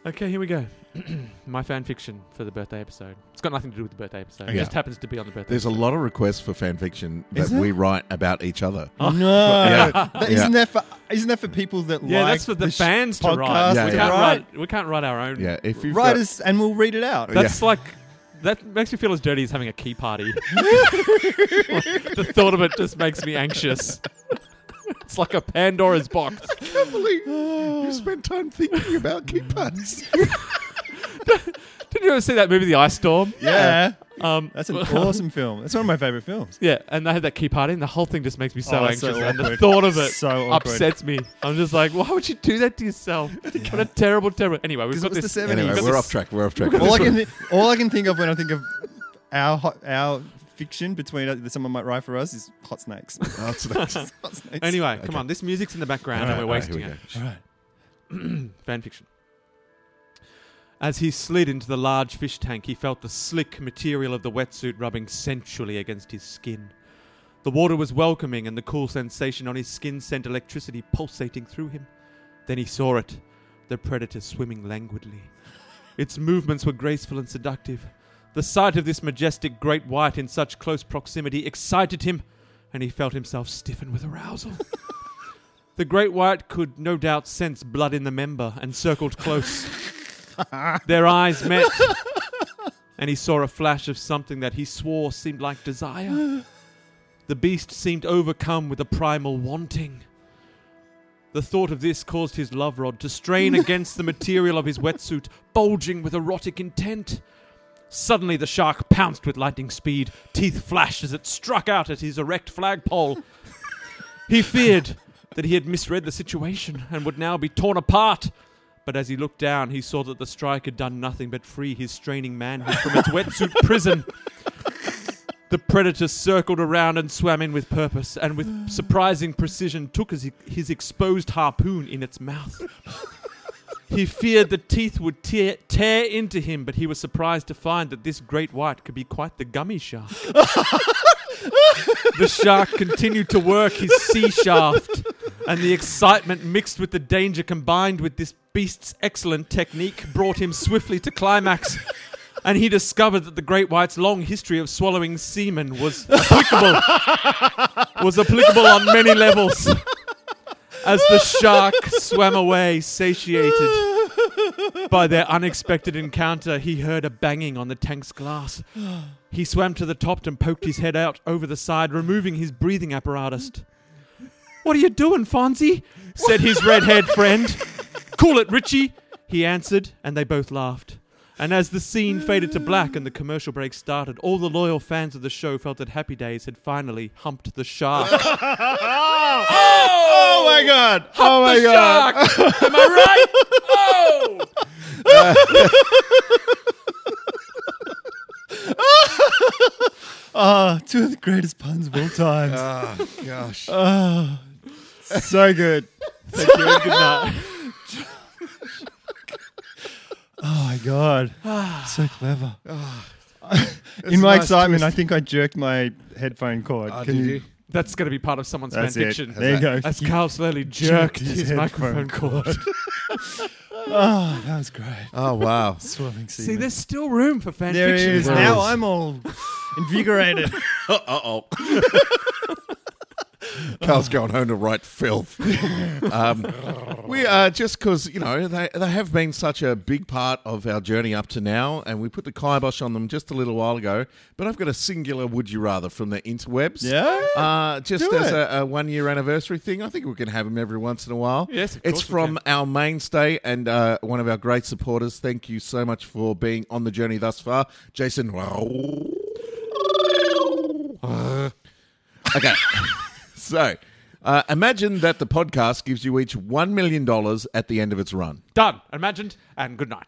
Speaker 3: Okay, here we go. My fan fiction for the birthday episode. It's got nothing to do with the birthday episode. It
Speaker 2: Okay.
Speaker 3: just happens to be on the birthday.
Speaker 1: There's a lot of requests for fan fiction that
Speaker 2: Is there?
Speaker 1: we write about each other.
Speaker 3: Oh,
Speaker 2: No,
Speaker 1: Oh,
Speaker 2: That- isn't that for isn't that for people that
Speaker 3: Yeah,
Speaker 2: like
Speaker 3: that's for the,
Speaker 2: this
Speaker 3: fans to
Speaker 2: podcast
Speaker 3: write.
Speaker 1: Yeah,
Speaker 3: we,
Speaker 1: yeah.
Speaker 3: Can't
Speaker 2: Right.
Speaker 3: write. we can't write our own.
Speaker 1: Yeah, if you've
Speaker 2: Write
Speaker 1: got-
Speaker 2: us and we'll read it out.
Speaker 1: That-
Speaker 3: That's like That makes me feel as dirty as having a key party. the thought of it just makes me anxious. It's like a Pandora's box.
Speaker 1: can't believe you spent time thinking about key parties.
Speaker 3: Did you ever see that movie, The Ice Storm?
Speaker 2: Yeah.
Speaker 3: Um,
Speaker 2: That's an awesome film. It's one of my favorite films.
Speaker 3: Yeah, and they had that key party, and the whole thing just makes me so
Speaker 2: Oh, that's so
Speaker 3: anxious. and the
Speaker 2: awkward.
Speaker 3: thought of it
Speaker 2: So
Speaker 1: Oh,
Speaker 2: awkward.
Speaker 3: upsets me. I'm just like, why would you do that to yourself? What a terrible, terrible. Anyway, we've
Speaker 2: 'Cause
Speaker 3: got
Speaker 2: it was
Speaker 3: this.
Speaker 2: the 70s.
Speaker 1: Anyway,
Speaker 2: You've got
Speaker 1: we're
Speaker 2: this-
Speaker 1: off track. We're off track.
Speaker 2: All I, can thi- all I can think of when I think of our hot, our fiction between uh, that someone might write for us is hot snakes.
Speaker 1: Oh, it's next.
Speaker 2: hot snakes.
Speaker 3: Anyway, come on. This music's in the background, and we're
Speaker 1: All right,
Speaker 3: wasting
Speaker 1: here we
Speaker 3: it.
Speaker 1: go.
Speaker 3: Fan fiction. As he slid into the large fish tank, he felt the slick material of the wetsuit rubbing sensually against his skin. The water was welcoming, and the cool sensation on his skin sent electricity pulsating through him. Then he saw it the predator swimming languidly. Its movements were graceful and seductive. The sight of this majestic great white in such close proximity excited him, and he felt himself stiffen with arousal. The great white could no doubt sense blood in the member and circled close. Their eyes met, and he saw a flash of something that he swore seemed like desire. The beast seemed overcome with a primal wanting. The thought of this caused his love rod to strain against the material of his wetsuit, bulging with erotic intent. Suddenly, the shark pounced with lightning speed, teeth flashed as it struck out at his erect flagpole. He feared that he had misread the situation and would now be torn apart. But as he looked down, he saw that the strike had done nothing but free his straining manhood from its wetsuit prison. The predator circled around and swam in with purpose, and with surprising precision took his, his exposed harpoon in its mouth. He feared the teeth would tear, tear into him, but he was surprised to find that this great white could be quite the gummy shark. The shark continued to work his sea shaft, and the excitement mixed with the danger combined with this beast's excellent technique brought him swiftly to climax. And he discovered that the great white's long history of swallowing semen was applicable was applicable on many levels. As the shark swam away, satiated by their unexpected encounter, he heard a banging on the tank's glass. He swam to the top and poked his head out over the side, removing his breathing apparatus. What are you doing, Fonzie? said his red-haired friend. Cool it, Richie, he answered, and they both laughed. And as the scene faded to black and the commercial break started, all the loyal fans of the show felt that Happy Days had finally humped the shark.
Speaker 2: Oh my god.
Speaker 1: Oh my god!
Speaker 3: shark! Am I right? Oh!
Speaker 2: Oh, two of the greatest puns of all time.
Speaker 1: Oh, gosh.
Speaker 2: so good.
Speaker 3: Thank you and good night.
Speaker 2: Oh my god. so clever.
Speaker 1: That's
Speaker 2: In
Speaker 1: a
Speaker 2: my
Speaker 1: nice
Speaker 2: excitement, I
Speaker 1: twist.
Speaker 2: think I jerked my headphone cord.
Speaker 1: Oh, did you?
Speaker 3: That's going to be part of someone's
Speaker 2: That's it.
Speaker 3: fanfiction.
Speaker 2: There you go.
Speaker 3: As Carl slowly jerked his, microphone cord.
Speaker 2: Oh, that was great.
Speaker 1: Oh, wow.
Speaker 2: Swirling
Speaker 3: See, there's still room for fanfiction.
Speaker 2: There is.
Speaker 1: Wow.
Speaker 2: Now I'm all invigorated.
Speaker 1: Uh oh. Carl's going home to write filth. um, we are just because you know they they have been such a big part of our journey up to now, and we put the kibosh on them just a little while ago. But I've got a singular "Would you rather" from the interwebs.
Speaker 2: yeah?
Speaker 1: Uh, just
Speaker 2: Do
Speaker 1: as
Speaker 2: it.
Speaker 1: a, a one year anniversary thing, I think we can have them every once in a while.
Speaker 3: Yes, of
Speaker 1: it's
Speaker 3: course we
Speaker 1: from our mainstay and uh, one of our great supporters. Thank you so much for being on the journey thus far, Jason. Okay, so uh, imagine that the podcast gives you each one million dollars at the end of its run.
Speaker 3: Done. Imagined. And good night.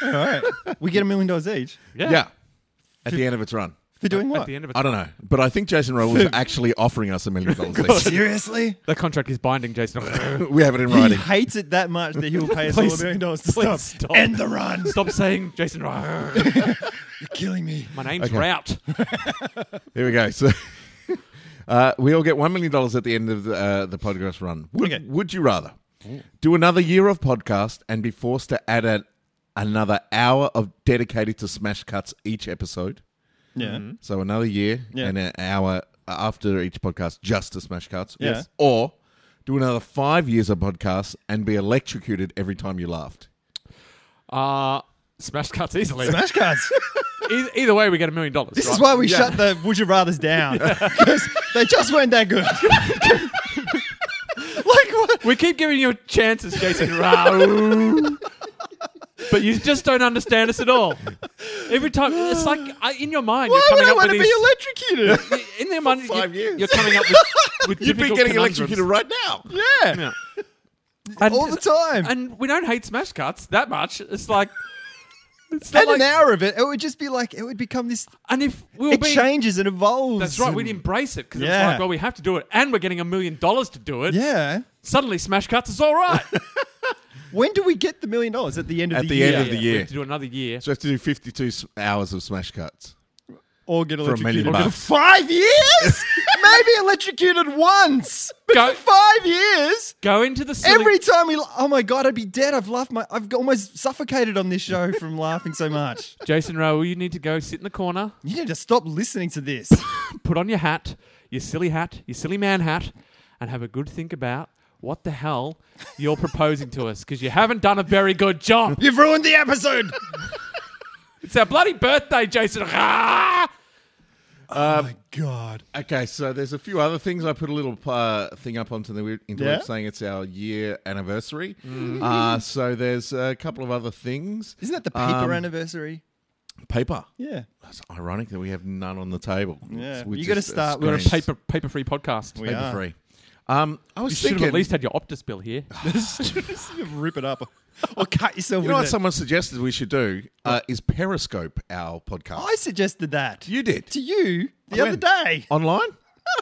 Speaker 2: all right. We get a million dollars each
Speaker 3: Yeah.
Speaker 1: at the end of its run.
Speaker 2: for doing what?
Speaker 3: At the end of it.
Speaker 1: I don't know, but I think Jason Rowell was actually offering us a million dollars. each.
Speaker 2: Seriously?
Speaker 3: The contract is binding, Jason.
Speaker 1: we have it in
Speaker 2: He
Speaker 1: writing.
Speaker 2: hates it that much that he will pay us all a
Speaker 3: Please-
Speaker 2: million dollars to
Speaker 3: please
Speaker 2: stop.
Speaker 3: stop.
Speaker 2: End the run.
Speaker 3: Stop saying Jason. My
Speaker 2: You're killing me.
Speaker 3: name's
Speaker 1: Okay.
Speaker 3: Rout.
Speaker 1: Here we go. So uh, we all get $1 million at the end of the, uh, the podcast run. Would,
Speaker 2: Okay.
Speaker 1: would you rather do another year of podcast and be forced to add a, another hour of dedicated to smash cuts each episode?
Speaker 2: Yeah.
Speaker 1: So another year
Speaker 2: Yeah.
Speaker 1: and an hour after each podcast just to smash cuts?
Speaker 2: Yeah. Yes.
Speaker 1: Or do another five years of podcasts and be electrocuted every time you laughed?
Speaker 3: Uh, smash cuts easily.
Speaker 2: Smash cards.
Speaker 3: Either, either way, we get a million dollars.
Speaker 2: This
Speaker 3: right?
Speaker 2: is why we
Speaker 1: Yeah.
Speaker 2: shut the Would You Rather's down. Because they just weren't that good. like, what?
Speaker 3: we keep giving you chances, Jason Raul. but you just don't understand us at all. Every time, it's like I, in your mind,
Speaker 2: Why
Speaker 3: you're
Speaker 2: would
Speaker 3: coming
Speaker 2: I
Speaker 3: up
Speaker 2: want to
Speaker 3: with
Speaker 2: be
Speaker 3: these.
Speaker 2: electrocuted?
Speaker 3: in their mind,
Speaker 1: five
Speaker 3: you,
Speaker 1: years.
Speaker 3: you're coming up with, with
Speaker 1: You'd be
Speaker 3: difficult
Speaker 1: getting
Speaker 3: conundrums.
Speaker 1: electrocuted right now.
Speaker 2: yeah.
Speaker 3: Yeah. And,
Speaker 2: All the time. And,
Speaker 3: and we don't hate smash cuts that much. It's like, it's not like,
Speaker 2: an hour of it, it would just be like, it would become this.
Speaker 3: and if we were
Speaker 2: It
Speaker 3: being
Speaker 2: changes and evolves.
Speaker 3: That's right.
Speaker 2: and-
Speaker 3: We'd embrace it because it's
Speaker 2: Yeah.
Speaker 3: like, well, we have to do it, and we're getting a million dollars to do it.
Speaker 2: Yeah.
Speaker 3: Suddenly, smash cuts is all right.
Speaker 2: When do we get the million dollars? At the end of
Speaker 1: At
Speaker 2: the,
Speaker 1: the
Speaker 2: year.
Speaker 1: end of the
Speaker 3: We
Speaker 1: year.
Speaker 3: have to do another year.
Speaker 1: So we have to do 52 s- hours of smash cuts.
Speaker 2: Or get
Speaker 1: a million
Speaker 2: electrocuted
Speaker 1: bucks.
Speaker 2: five years? Maybe electrocuted once. But
Speaker 3: Go-
Speaker 2: for five years?
Speaker 3: Go into the silly,
Speaker 2: Every time we, oh my god, I'd be dead. I've laughed my, I've almost suffocated on this show from laughing so much.
Speaker 3: Jason Raoul. You need to go sit in the corner,
Speaker 2: You need to stop listening to this.
Speaker 3: put on your hat, your silly hat, your silly man hat, and have a good think about what the hell you're proposing to us because you haven't done a very good job.
Speaker 2: You've ruined the episode.
Speaker 3: It's our bloody birthday, Jason. Raoul.
Speaker 2: Oh my god.
Speaker 1: Okay, so there's a few other things. I put a little uh, thing up onto the we- interweb
Speaker 2: Yeah. Mm-hmm.
Speaker 1: saying it's our year anniversary. Uh, so there's a couple of other things.
Speaker 2: Isn't that the paper
Speaker 1: Um,
Speaker 2: anniversary?
Speaker 1: Paper.
Speaker 2: Yeah.
Speaker 1: That's ironic that we have none on the table.
Speaker 2: Yeah.
Speaker 1: We're
Speaker 2: You gotta
Speaker 1: just, uh,
Speaker 2: start-
Speaker 3: We're a
Speaker 1: screens.
Speaker 3: paper paper free podcast.
Speaker 2: We
Speaker 1: paper
Speaker 2: are.
Speaker 1: free. Um, I was
Speaker 3: you should
Speaker 1: thinking.
Speaker 3: have at least had your Optus bill here.
Speaker 2: Just rip it up or cut yourself.
Speaker 1: you know what
Speaker 2: with it.
Speaker 1: someone suggested we should do uh, is Periscope our podcast.
Speaker 2: I suggested that
Speaker 1: you did
Speaker 2: to you the
Speaker 1: When?
Speaker 2: other day.
Speaker 1: online.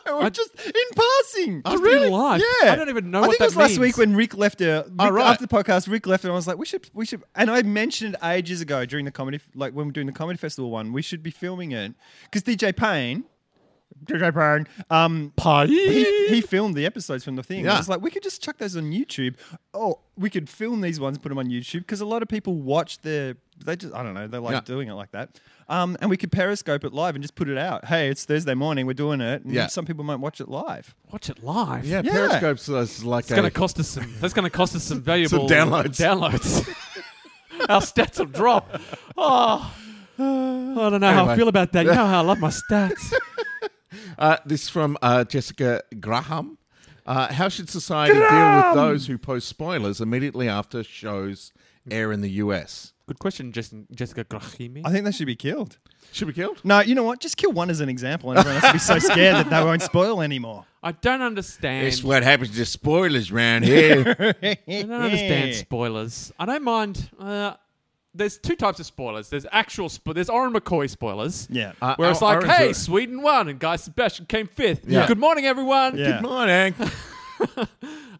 Speaker 2: No, just in passing.
Speaker 1: Oh,
Speaker 2: Just
Speaker 1: really?
Speaker 3: In life.
Speaker 2: Yeah,
Speaker 3: I don't even know
Speaker 2: I
Speaker 3: what
Speaker 2: think
Speaker 3: that
Speaker 2: it was last
Speaker 3: means.
Speaker 2: week when Rick left. Uh, Rick,
Speaker 1: Oh, right.
Speaker 2: After the podcast, Rick left, and I was like, "We should, we should." And I mentioned it ages ago during the comedy, like when we we're doing the comedy festival one, we should be filming it because DJ Payne, DJ Payne, um,
Speaker 3: Pie.
Speaker 2: he, he filmed the episodes from the thing.
Speaker 1: Yeah.
Speaker 2: I was like, we could just chuck those on YouTube. Oh, we could film these ones, put them on YouTube because a lot of people watch their. They just, I don't know, they like
Speaker 1: Yeah.
Speaker 2: doing it like that. Um, and we could Periscope it live and just put it out. Hey, it's Thursday morning, we're doing it. And
Speaker 1: Yeah.
Speaker 2: some people might watch it live.
Speaker 3: Watch it live.
Speaker 1: Yeah,
Speaker 2: Yeah.
Speaker 1: Periscope's uh, like
Speaker 3: It's
Speaker 1: a
Speaker 3: going to cost us some. That's going to cost us some valuable
Speaker 1: downloads.
Speaker 3: Downloads. Our stats will drop. Oh, I don't know how I
Speaker 1: Anyway.
Speaker 3: feel about that. You know how I love my stats.
Speaker 1: Uh, this from uh, Jessica Graham. Uh, how should society deal with those who post spoilers immediately after shows air in the US?
Speaker 3: Good question, Jes- Jessica Grahimi.
Speaker 2: I think they should be killed.
Speaker 1: Should be killed.
Speaker 2: No, you know what? Just kill one as an example, and everyone has to be so scared that they won't spoil anymore.
Speaker 3: I don't understand.
Speaker 1: It's what happens to spoilers round here.
Speaker 3: I don't understand spoilers. I don't mind. Uh, there's two types of spoilers. There's actual. Spo- there's Oren McCoy spoilers.
Speaker 2: Yeah.
Speaker 1: Uh,
Speaker 3: Where it's
Speaker 1: our-
Speaker 3: like,
Speaker 1: ours
Speaker 3: hey,
Speaker 1: are-
Speaker 3: Sweden won, and Guy Sebastian came fifth.
Speaker 1: Yeah.
Speaker 3: Good morning, everyone.
Speaker 1: Good
Speaker 2: Yeah.
Speaker 1: morning.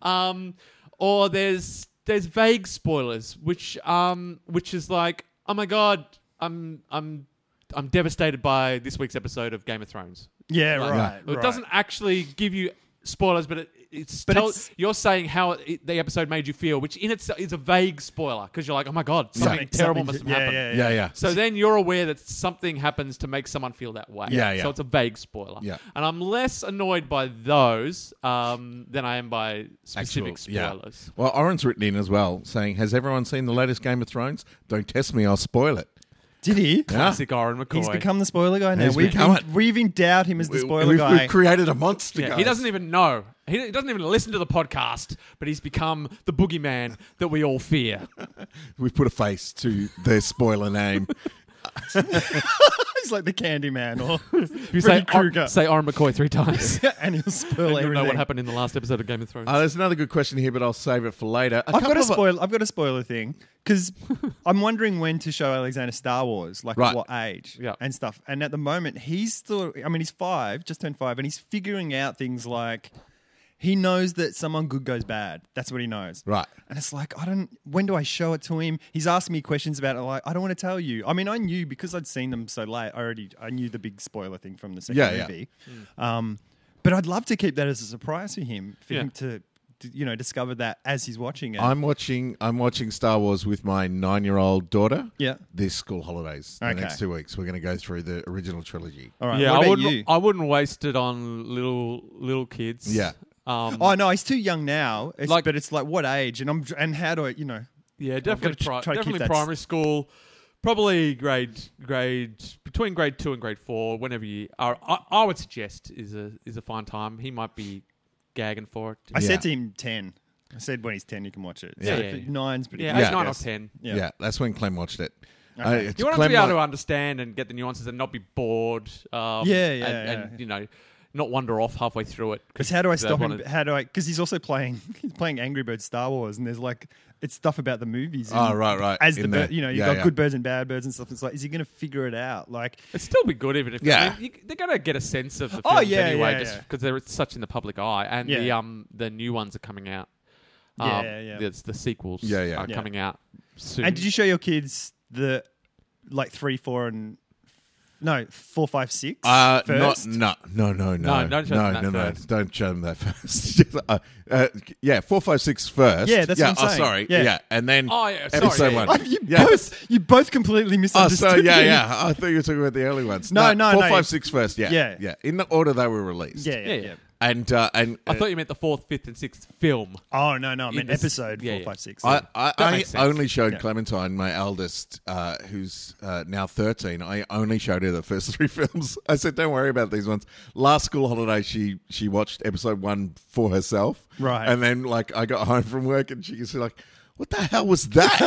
Speaker 3: um, or there's there's vague spoilers, which um, which is like, oh my god, I'm I'm I'm devastated by this week's episode of Game of Thrones.
Speaker 2: yeah,
Speaker 3: Like,
Speaker 2: right.
Speaker 3: It doesn't actually give you spoilers, but it. It's,
Speaker 2: But
Speaker 3: tell-
Speaker 2: it's-
Speaker 3: you're saying how it, the episode made you feel, which in itself is a vague spoiler because you're like, oh my god, something terrible must have
Speaker 2: yeah,
Speaker 3: happened.
Speaker 1: yeah,
Speaker 2: Yeah,
Speaker 1: yeah.
Speaker 3: So then you're aware that something happens to make someone feel that way.
Speaker 1: Yeah, yeah.
Speaker 3: So it's a vague spoiler.
Speaker 1: Yeah.
Speaker 3: And I'm less annoyed by those um, than I am by specific
Speaker 1: Actual- yeah.
Speaker 3: spoilers.
Speaker 1: Well, Oren's written in as well, saying, "Has everyone seen the latest Game of Thrones? Don't test me; I'll spoil it."
Speaker 2: Did he?
Speaker 1: Yeah.
Speaker 3: Classic Oren McCoy.
Speaker 2: He's become the spoiler guy now.
Speaker 1: He's
Speaker 2: We've,
Speaker 1: become
Speaker 2: en- we've endowed him as the
Speaker 1: We-
Speaker 2: spoiler
Speaker 1: we've,
Speaker 2: guy.
Speaker 1: we've created a monster.
Speaker 3: yeah,
Speaker 1: guys.
Speaker 3: he doesn't even know. He he doesn't even listen to the podcast, but he's become the boogeyman that we all fear.
Speaker 1: We've put a face to their spoiler name.
Speaker 2: He's like the Candyman, or
Speaker 3: You
Speaker 2: Freddy
Speaker 3: say,
Speaker 2: Krueger,
Speaker 3: Or, say Oren McCoy three times.
Speaker 2: and he'll spoil
Speaker 3: and
Speaker 2: everything.
Speaker 3: you'll know what happened in the last episode of Game of Thrones.
Speaker 2: Oh,
Speaker 1: Uh, there's another good question here, but I'll save it for later. A
Speaker 2: I've got
Speaker 1: couple
Speaker 2: a
Speaker 1: of- uh,
Speaker 2: spoil. I've got a spoiler thing because I'm wondering when to show Alexander Star Wars, like
Speaker 1: Right.
Speaker 2: what age
Speaker 3: Yeah.
Speaker 2: and stuff. And at the moment, he's still. I mean, he's five, just turned five, and he's figuring out things like he knows that someone good goes bad. That's what he knows.
Speaker 1: Right.
Speaker 2: And it's like I don't. When do I show it to him? He's asking me questions about it. Like I don't want to tell you. I mean, I knew because I'd seen them so late. I already I knew the big spoiler thing from the second
Speaker 1: Yeah, yeah.
Speaker 2: movie.
Speaker 3: Hmm.
Speaker 2: Um, but I'd love to keep that as a surprise for him, for
Speaker 3: Yeah.
Speaker 2: him to. to, You know, discover that as he's watching it.
Speaker 1: I'm watching. I'm watching Star Wars with my nine-year-old daughter.
Speaker 2: Yeah.
Speaker 1: this school holidays. The
Speaker 2: Okay.
Speaker 1: next two weeks, we're going to go through the original trilogy.
Speaker 2: All right.
Speaker 3: yeah,
Speaker 2: what
Speaker 3: I um,
Speaker 2: about
Speaker 3: wouldn't.
Speaker 2: you?
Speaker 3: I wouldn't waste it on little little kids.
Speaker 1: Yeah.
Speaker 3: Um,
Speaker 2: oh no, he's too young now. It's,
Speaker 3: Like-
Speaker 2: but it's like what age? And I'm and how do I? You know,
Speaker 3: Yeah, definitely,
Speaker 2: tr-
Speaker 3: pri-
Speaker 2: try to keep
Speaker 3: definitely
Speaker 2: that s-
Speaker 3: primary school, probably grade grade between grade two and grade four. Whenever you are, I, I would suggest is a is a fine time. He might be gagging for it.
Speaker 2: I
Speaker 1: Yeah.
Speaker 2: said to him ten. I said when he's ten, you can watch it.
Speaker 1: Yeah.
Speaker 2: So
Speaker 3: Yeah.
Speaker 2: if it- nine's pretty.
Speaker 3: yeah,
Speaker 2: good,
Speaker 3: age
Speaker 2: I
Speaker 3: nine or
Speaker 2: guess.
Speaker 3: ten.
Speaker 1: Yeah.
Speaker 2: Yeah.
Speaker 1: that's when Clem watched it. Uh,
Speaker 2: Okay.
Speaker 1: it's
Speaker 3: You want him to be able
Speaker 1: like-
Speaker 3: to understand and get the nuances and not be bored. Um,
Speaker 2: Yeah, yeah,
Speaker 3: and,
Speaker 2: yeah.
Speaker 3: and you know, not wander off halfway through it.
Speaker 2: Because how do I
Speaker 3: they
Speaker 2: stop him?
Speaker 3: wanted-
Speaker 2: How do I? Because he's also playing. He's playing Angry Birds Star Wars, and there's like it's stuff about the movies.
Speaker 1: Oh,
Speaker 2: and
Speaker 1: right, right,
Speaker 2: As
Speaker 1: in
Speaker 2: the
Speaker 1: there.
Speaker 2: bird, you know, you
Speaker 1: Yeah,
Speaker 2: have got
Speaker 1: yeah.
Speaker 2: good birds and bad birds and stuff. It's like, is he going to figure it out? Like,
Speaker 3: It'd still be good even if
Speaker 1: Yeah.
Speaker 3: I mean, you- they're going to get a sense of the
Speaker 2: Oh,
Speaker 3: films
Speaker 2: yeah,
Speaker 3: anyway,
Speaker 2: yeah,
Speaker 3: just
Speaker 2: yeah.
Speaker 3: because they're such in the public eye, and the
Speaker 2: Yeah.
Speaker 3: um the new ones are coming out. Um,
Speaker 2: Yeah, yeah.
Speaker 3: It's the sequels.
Speaker 1: Yeah, yeah.
Speaker 3: are
Speaker 2: Yeah.
Speaker 3: coming out soon.
Speaker 2: and did you show your kids the like three, four, and no four, five, six?
Speaker 1: Uh,
Speaker 2: first?
Speaker 1: not no no no no
Speaker 3: No, don't show
Speaker 1: no
Speaker 3: them that
Speaker 1: no, no.
Speaker 3: first.
Speaker 1: don't show them that first. uh, uh, yeah, four five six first.
Speaker 2: Yeah, that's
Speaker 1: yeah,
Speaker 2: what I'm
Speaker 1: oh,
Speaker 2: saying.
Speaker 1: sorry. Yeah.
Speaker 2: Yeah.
Speaker 1: and then
Speaker 3: Oh, yeah, sorry,
Speaker 1: episode
Speaker 3: yeah, yeah.
Speaker 1: one.
Speaker 2: you
Speaker 1: Yeah.
Speaker 2: both you both completely
Speaker 1: Oh,
Speaker 2: misunderstood.
Speaker 1: so yeah,
Speaker 2: me.
Speaker 1: yeah. I thought you were talking about the early ones.
Speaker 2: No, no,
Speaker 1: four,
Speaker 2: no.
Speaker 1: five, six first. Yeah,
Speaker 2: Yeah.
Speaker 1: yeah. In the order they were released.
Speaker 2: yeah, yeah,
Speaker 3: Yeah,
Speaker 2: yeah,
Speaker 3: yeah.
Speaker 1: and uh, and
Speaker 3: I thought you meant the fourth, fifth, and sixth film.
Speaker 2: Oh no, no, I meant
Speaker 3: this-
Speaker 2: episode
Speaker 3: yeah,
Speaker 2: four,
Speaker 3: yeah.
Speaker 2: five, six.
Speaker 1: I, I,
Speaker 3: That
Speaker 1: I
Speaker 3: makes sense.
Speaker 1: only showed
Speaker 2: Yeah.
Speaker 1: Clementine, my eldest, uh, who's uh, now 13. I only showed her the first three films. I said, don't worry about these ones. Last school holiday, she she watched episode one for herself.
Speaker 2: Right.
Speaker 1: And then, like, I got home from work and she was like, what the hell was that?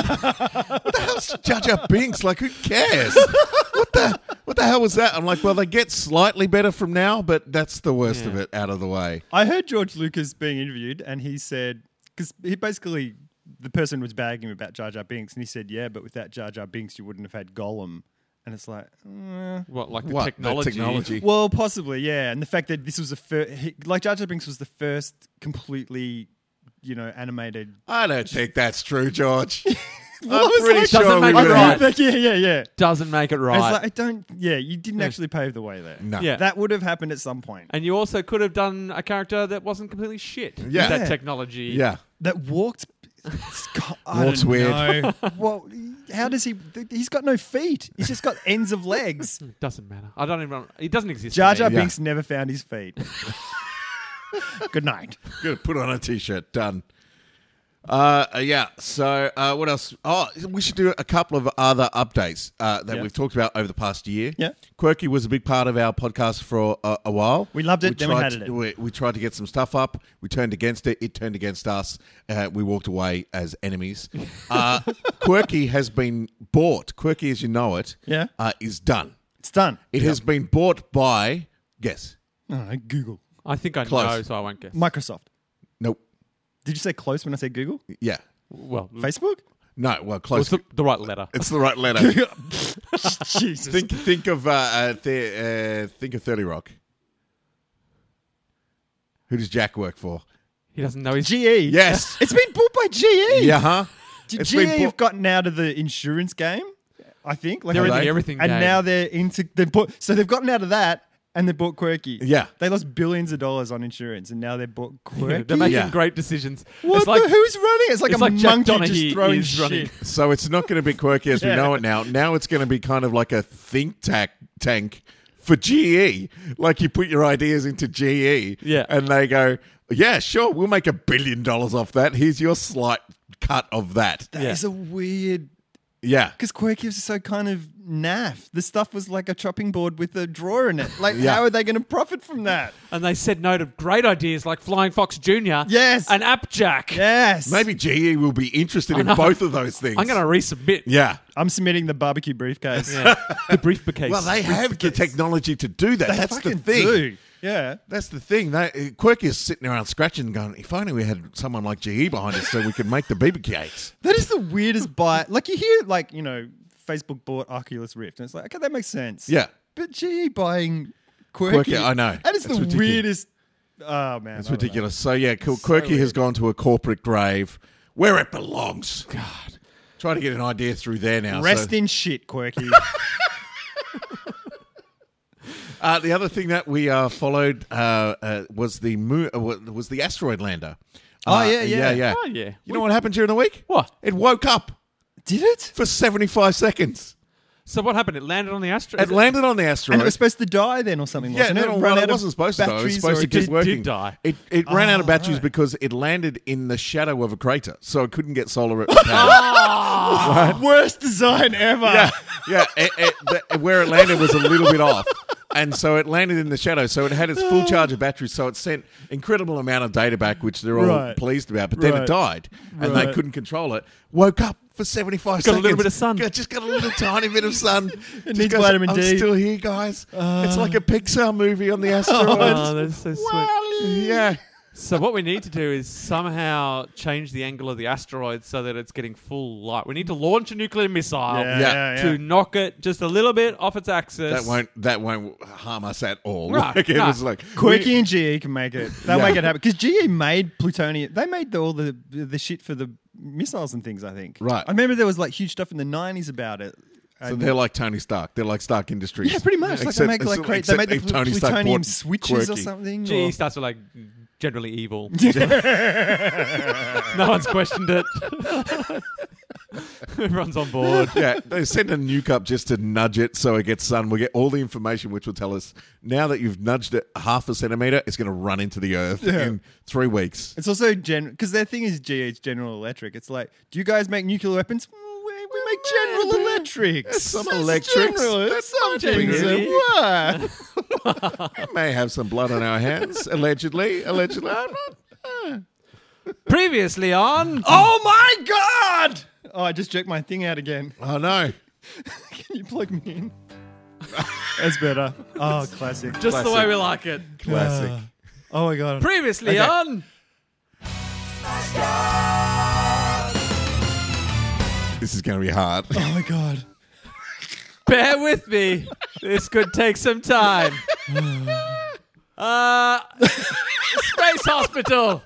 Speaker 1: what the hell's Jar Jar Binks? Like, who cares? what the what the hell was that? I'm like, well, they get slightly better from now, but that's the worst of
Speaker 3: Yeah.
Speaker 1: it out of the way.
Speaker 2: I heard George Lucas being interviewed, and he said, because he basically, the person was bagging him about Jar Jar Binks, and he said, yeah, but without Jar Jar Binks, you wouldn't have had Gollum. And it's like, eh.
Speaker 3: What like the
Speaker 1: What? The
Speaker 3: technology?
Speaker 1: technology.
Speaker 2: well, possibly, yeah. And the fact that this was the first, like Jar Jar Binks was the first completely, you know, animated.
Speaker 1: I don't think that's true, George.
Speaker 2: Well, I
Speaker 1: I'm
Speaker 2: was
Speaker 1: pretty
Speaker 2: like-
Speaker 1: sure
Speaker 3: Doesn't
Speaker 1: we
Speaker 3: make
Speaker 1: would
Speaker 3: it
Speaker 1: have-
Speaker 2: Like,
Speaker 3: right.
Speaker 2: yeah, yeah, yeah.
Speaker 3: Doesn't make it
Speaker 2: I
Speaker 3: right.
Speaker 2: was like, I don't, yeah, you didn't actually pave the way there.
Speaker 1: No.
Speaker 3: Yeah.
Speaker 2: That would have happened at some point.
Speaker 3: and you also could have done a character that wasn't completely shit. with
Speaker 1: Yeah.
Speaker 3: that
Speaker 2: Yeah.
Speaker 3: technology.
Speaker 1: Yeah.
Speaker 2: that walked. I
Speaker 1: Walks
Speaker 2: don't
Speaker 1: weird.
Speaker 2: know. well, how does he? He's got no feet. He's just got ends of legs.
Speaker 3: It doesn't matter. I don't even. It doesn't exist. to
Speaker 2: Jar
Speaker 3: me.
Speaker 2: Jar
Speaker 1: Yeah.
Speaker 2: Binks never found his feet. Good night.
Speaker 1: Gonna put on a t-shirt. Done. Uh, uh, yeah. So uh, what else? Oh, we should do a couple of other updates uh, that
Speaker 2: Yeah.
Speaker 1: we've talked about over the past year.
Speaker 2: Yeah.
Speaker 1: Quirky was a big part of our podcast for a, a while.
Speaker 2: We loved it, then we
Speaker 1: tried
Speaker 2: hated
Speaker 1: to-
Speaker 2: it.
Speaker 1: We, we tried to get some stuff up. We turned against it. It turned against us. Uh, we walked away as enemies. Uh, Quirky has been bought. Quirky, as you know it,
Speaker 2: Yeah.
Speaker 1: uh, is done.
Speaker 2: It's done.
Speaker 1: It has been bought by guess.
Speaker 2: Oh, Google,
Speaker 3: I think I
Speaker 1: Close.
Speaker 3: know, so I won't guess.
Speaker 2: Microsoft.
Speaker 1: Nope.
Speaker 2: Did you say close when I said Google?
Speaker 1: Yeah.
Speaker 3: well,
Speaker 2: Facebook?
Speaker 1: No. Well,
Speaker 3: it's
Speaker 1: close.
Speaker 3: the, the right letter.
Speaker 1: it's the right letter.
Speaker 2: Jesus.
Speaker 1: Think think of uh, uh, th- uh, think of Thirty Rock. Who does Jack work for?
Speaker 3: He doesn't know his
Speaker 2: GE.
Speaker 1: Yes.
Speaker 2: E. It's been bought by GE.
Speaker 1: yeah. Huh.
Speaker 2: G-
Speaker 1: It's
Speaker 2: GE
Speaker 1: been bought-
Speaker 2: have gotten out of the insurance game, I think. Like
Speaker 3: They're
Speaker 1: in the
Speaker 2: Right?
Speaker 3: everything
Speaker 2: and
Speaker 3: game.
Speaker 2: now they're into they bought. So they've gotten out of that, and they bought Quirky.
Speaker 1: Yeah.
Speaker 2: they lost billions of dollars on insurance, and now they bought Quirky.
Speaker 3: They're making
Speaker 1: Yeah.
Speaker 3: great decisions.
Speaker 2: what?
Speaker 3: it's like
Speaker 2: the, who's running? it? It's like
Speaker 3: it's
Speaker 2: a
Speaker 3: like Jack
Speaker 2: monkey
Speaker 3: Donaghy
Speaker 2: just throwing
Speaker 3: is running.
Speaker 2: shit.
Speaker 1: So it's not going to be quirky as we
Speaker 2: Yeah.
Speaker 1: know it now. Now it's going to be kind of like a think tank tank for GE. Like you put your ideas into GE.
Speaker 3: Yeah.
Speaker 1: And they go, yeah, sure, we'll make a billion dollars off that. Here's your slight cut of that.
Speaker 2: That is
Speaker 3: Yeah.
Speaker 2: a weird.
Speaker 1: Yeah.
Speaker 2: Because Quirky was so kind of naff. The stuff was like a chopping board with a drawer in it. Like,
Speaker 1: Yeah.
Speaker 2: how are they going to profit from that?
Speaker 3: and they said no to great ideas like Flying Fox Junior.
Speaker 2: Yes.
Speaker 3: and Appjack.
Speaker 2: Yes.
Speaker 1: Maybe GE will be interested in
Speaker 3: know.
Speaker 1: both of those things.
Speaker 3: I'm going to resubmit.
Speaker 1: Yeah.
Speaker 2: I'm submitting the barbecue briefcase.
Speaker 3: Yeah. the briefcase.
Speaker 1: Well, they have the technology to do that.
Speaker 2: They
Speaker 1: That's the
Speaker 2: fucking
Speaker 1: thing.
Speaker 2: do. Yeah.
Speaker 1: That's the thing. They, Quirky is sitting around scratching, going, "If only we had someone like GE behind us, so we could make the BB cakes."
Speaker 2: That is the weirdest buy. Like you hear, like you know, Facebook bought Oculus Rift, and it's like, okay, that makes sense.
Speaker 1: Yeah.
Speaker 2: but GE buying Quirky,
Speaker 1: Quirky, I know.
Speaker 2: That is
Speaker 1: It's
Speaker 2: the
Speaker 1: ridiculous.
Speaker 2: weirdest. Oh man,
Speaker 1: It's
Speaker 2: I don't know.
Speaker 1: ridiculous. So yeah, cool. Quirky has gone to a corporate grave where it belongs. God, try to get an idea through there now.
Speaker 2: Rest
Speaker 1: So,
Speaker 2: in shit, Quirky.
Speaker 1: uh, the other thing that we uh, followed uh, uh, was the moon, uh, wa- was the asteroid lander.
Speaker 2: Oh,
Speaker 1: Uh,
Speaker 2: yeah, yeah.
Speaker 1: yeah, yeah.
Speaker 3: Oh, yeah.
Speaker 1: You know what happened during the week?
Speaker 3: What?
Speaker 1: It woke up
Speaker 2: Did it?
Speaker 1: for seventy-five seconds.
Speaker 3: So what happened? It landed on the asteroid.
Speaker 1: It landed on the asteroid.
Speaker 2: And it was supposed to die then or something,
Speaker 1: yeah,
Speaker 2: wasn't
Speaker 1: no,
Speaker 2: it?
Speaker 1: no,
Speaker 2: Run
Speaker 1: well, it
Speaker 2: out of
Speaker 1: wasn't supposed to. Though. It was
Speaker 2: batteries
Speaker 1: supposed
Speaker 2: or
Speaker 1: to
Speaker 2: it
Speaker 1: keep
Speaker 3: did-
Speaker 1: working.
Speaker 3: did die.
Speaker 1: It it ran
Speaker 2: Oh,
Speaker 1: out of batteries because it landed in the shadow of a crater, so it couldn't get solar power.
Speaker 2: just- Worst design ever.
Speaker 1: yeah, yeah. It, it, the, where it landed was a little bit off, and so it landed in the shadow. So it had its full charge of batteries. So it sent incredible amount of data back, which they're all
Speaker 2: Right.
Speaker 1: pleased about. But then it
Speaker 2: Right.
Speaker 1: died, and they
Speaker 2: Right.
Speaker 1: couldn't control it. Woke up. For seventy five
Speaker 3: Got a
Speaker 1: seconds,
Speaker 3: little bit of sun.
Speaker 1: Got- Just got a little tiny bit of sun. Just
Speaker 2: needs
Speaker 1: goes,
Speaker 2: vitamin
Speaker 1: I'm
Speaker 2: D."
Speaker 1: still here, guys. it's like a Pixar movie on the asteroid.
Speaker 3: Uh, Oh, that's so sweet.
Speaker 1: Yeah.
Speaker 3: So what we need to do is somehow change the angle of the asteroid so that it's getting full light. We need to launch a nuclear missile
Speaker 2: Yeah,
Speaker 1: Oh, Yeah.
Speaker 2: yeah,
Speaker 3: to
Speaker 2: yeah.
Speaker 3: knock it just a little bit off its axis.
Speaker 1: That won't that won't harm us at all.
Speaker 3: Right,
Speaker 1: Like, it
Speaker 3: right.
Speaker 1: was like
Speaker 2: Quirky
Speaker 1: we-
Speaker 2: and GE can make it. They'll
Speaker 1: Yeah.
Speaker 2: make it happen because GE made plutonium. They made the, all the the shit for the missiles and things. I think.
Speaker 1: Right.
Speaker 2: I remember there was like huge stuff in the nineties about it.
Speaker 1: So
Speaker 2: And-
Speaker 1: they're like Tony Stark. They're like Stark Industries.
Speaker 2: yeah, pretty much. Like they
Speaker 1: Except-
Speaker 2: make like
Speaker 1: except-
Speaker 2: great. They
Speaker 1: except
Speaker 2: made the
Speaker 1: if
Speaker 2: pl-
Speaker 1: Tony Stark
Speaker 2: plutonium
Speaker 1: bought
Speaker 2: switches or
Speaker 1: quirky.
Speaker 2: something.
Speaker 3: GE
Speaker 2: or-
Speaker 3: starts with like generally evil. no one's questioned it. Everyone's on board.
Speaker 1: yeah, they send a nuke up just to nudge it so it gets sun. We'll get all the information which will tell us now that you've nudged it half a centimeter, it's going to run into the earth in three weeks.
Speaker 2: It's also general because their thing is GH General Electric. It's like, do you guys make nuclear weapons? Mm, We, we make General Electric.
Speaker 1: some
Speaker 2: That's
Speaker 1: electrics.
Speaker 2: General.
Speaker 1: That's
Speaker 2: some
Speaker 1: something,
Speaker 2: things
Speaker 3: isn't
Speaker 2: that
Speaker 3: it?
Speaker 2: work.
Speaker 1: We may have some blood on our hands, allegedly. Allegedly. I'm not- uh.
Speaker 3: Previously on.
Speaker 2: Oh my god! Oh, I just jerked my thing out again.
Speaker 1: Oh, no.
Speaker 2: Can you plug me in? That's better. Oh, classic.
Speaker 3: Just the way
Speaker 1: classic.
Speaker 3: we like it.
Speaker 1: Classic.
Speaker 2: Oh my god.
Speaker 3: Previously
Speaker 2: Okay.
Speaker 3: on.
Speaker 1: This is going to be hard.
Speaker 2: Oh my god.
Speaker 3: Bear with me. This could take some time. Uh, Space Hospital.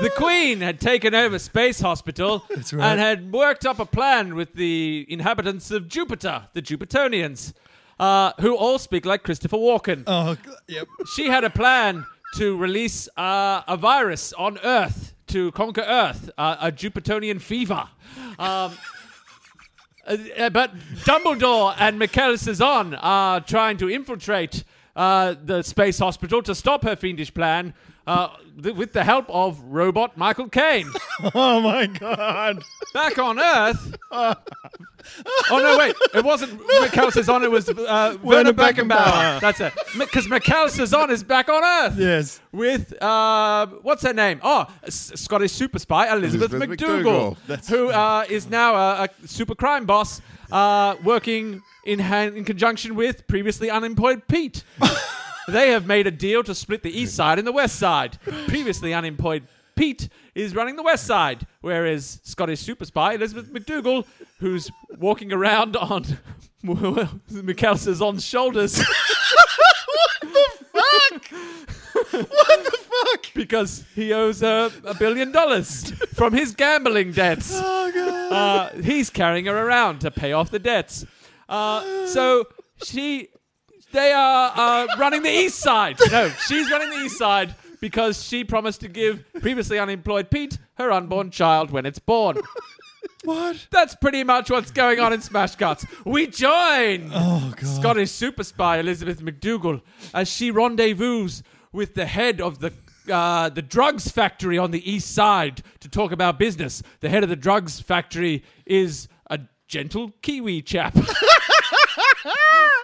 Speaker 3: The Queen had taken over Space Hospital
Speaker 2: right.
Speaker 3: and had worked up a plan with the inhabitants of Jupiter, the Jupiterians, uh, who all speak like Christopher Walken.
Speaker 2: Oh, g- yep.
Speaker 3: She had a plan to release uh, a virus on Earth to conquer Earth, uh, a Jupiterian fever. Um, uh, but Dumbledore and Michael Cezanne are trying to infiltrate uh, the space hospital to stop her fiendish plan uh, th- with the help of robot Michael Caine.
Speaker 2: Oh my god.
Speaker 3: Back on Earth. Uh, oh no! Wait, it wasn't Michael Cezanne. It was uh, Werner
Speaker 2: Werner
Speaker 3: Beckenbauer.
Speaker 2: Beckenbauer.
Speaker 3: That's it. Because Michael Cezanne is back on Earth
Speaker 2: Yes.
Speaker 3: with uh, what's her name? Oh, S- Scottish super spy Elizabeth,
Speaker 1: Elizabeth
Speaker 3: McDougal,
Speaker 1: McDougal. That's-
Speaker 3: who uh, is now a, a super crime boss, uh, working in hand, in conjunction with previously unemployed Pete. they have made a deal to split the east side and the west side. Previously unemployed Pete is running the west side, whereas Scottish super spy Elizabeth McDougal, who's walking around on. Mikhail Cezanne's shoulders because he owes her a billion dollars from his gambling debts.
Speaker 2: Oh god.
Speaker 3: Uh, he's carrying her around to pay off the debts. Uh, so she, they are uh, running the east side. No, she's running the east side because she promised to give previously unemployed Pete her unborn child when it's born.
Speaker 2: What?
Speaker 3: That's pretty much what's going on in Smash Cuts. We join
Speaker 2: Oh god.
Speaker 3: Scottish super spy Elizabeth McDougal as she rendezvous with the head of the uh, the drugs factory on the east side to talk about business. The head of the drugs factory is a gentle Kiwi chap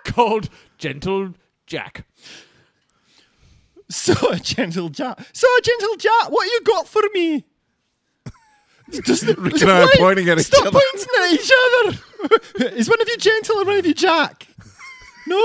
Speaker 3: called Gentle Jack.
Speaker 2: Oh, So a gentle jar. So a gentle jar. What you got for me? Just Rick
Speaker 1: and I are pointing at each
Speaker 2: Stop
Speaker 1: other.
Speaker 2: pointing at each other. Is one of you gentle and one of you Jack? No.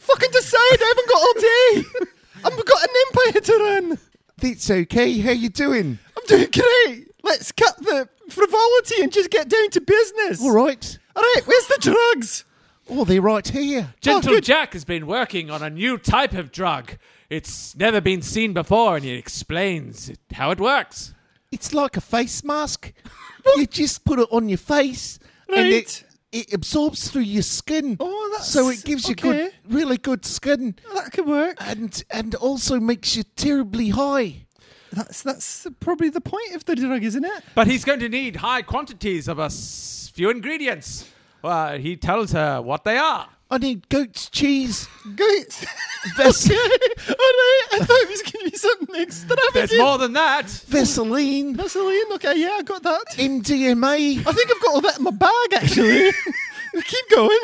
Speaker 2: Fucking decide. I haven't got all day. I've got an empire to run.
Speaker 1: It's okay. How you doing?
Speaker 2: I'm doing great. Let's cut the frivolity and just get down to business. All
Speaker 1: right.
Speaker 2: All right. Where's the drugs?
Speaker 1: Oh, they're right here.
Speaker 3: Gentle
Speaker 2: good.
Speaker 3: Jack has been working on a new type of drug. It's never been seen before, and he explains it- how it works.
Speaker 1: It's like a face mask. you just put it on your face, and it, it absorbs through your skin.
Speaker 2: Oh, that's-
Speaker 1: so it gives you good,
Speaker 2: okay.
Speaker 1: really good skin,
Speaker 2: That could work.
Speaker 1: and and also makes you terribly high.
Speaker 2: That's that's probably the point of the drug, isn't it?
Speaker 3: But he's going to need high quantities of a s- few ingredients. Well, he tells her what they are.
Speaker 1: I need goat's cheese.
Speaker 2: Goose.
Speaker 1: Ves-
Speaker 2: oh no, I thought it was going to be something next. That I
Speaker 3: There's more than that.
Speaker 1: Vaseline.
Speaker 2: Vaseline. Okay, yeah, I got that.
Speaker 1: MDMA.
Speaker 2: I think I've got all that in my bag actually. Keep going.